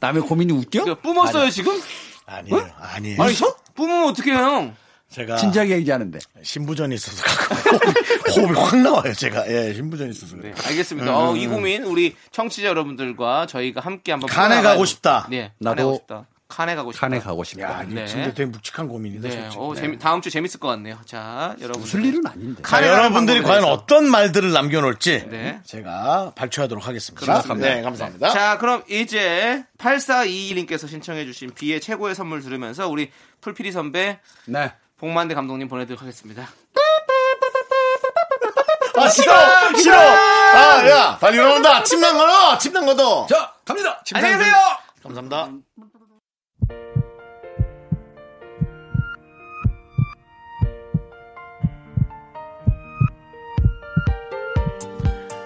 남의 고민이 웃겨? 이거 뿜었어요 아니, 지금? 아니에요. 아니에요. 아니, 뿜으면 어떻게 해요? 제가 진지하게 얘기하는데. 신부전이 있어서 갖고 호흡이, 호흡이 확 나와요. 제가 예, 신부전이 있어서 그래요. 알겠습니다. 음, 어, 음, 이 고민 우리 청취자 여러분들과 저희가 함께 한번 간에 풀어나가야 가고 돼. 싶다. 네, 간에 가고 나도 싶다. 칸에 가고 싶다. 칸에 가고 싶다. 야, 이거 진짜 되게 묵직한 고민이다. 네. 솔직히. 어, 네. 재미, 다음 주 재밌을 것 같네요. 자, 여러분. 웃을 일은 아닌데. 자, 여러분들이 과연 어떤 말들을 남겨놓을지 네. 제가 발표하도록 하겠습니다. 네, 감사합니다. 자, 그럼 이제 8421님께서 신청해주신 비의 최고의 선물 들으면서 우리 풀피리 선배. 네. 복만대 감독님 보내드리도록 하겠습니다. 아, 싫어! 싫어! 아, 야! 빨리 일어난다! 침낭 걸어! 침낭 걷어! 자, 갑니다! 안녕히 계세요! 감사합니다.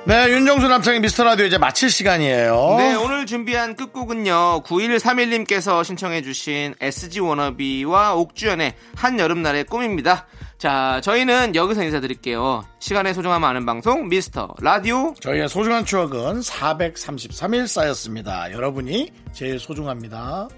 네, 윤정수 남창의 미스터 라디오 이제 마칠 시간이에요. 네, 오늘 준비한 끝곡은요. 9131님께서 신청해주신 SG 워너비와 옥주연의 한여름날의 꿈입니다. 자, 저희는 여기서 인사드릴게요. 시간의 소중함 아는 방송, 미스터 라디오. 저희의 소중한 추억은 433일 쌓였습니다. 여러분이 제일 소중합니다.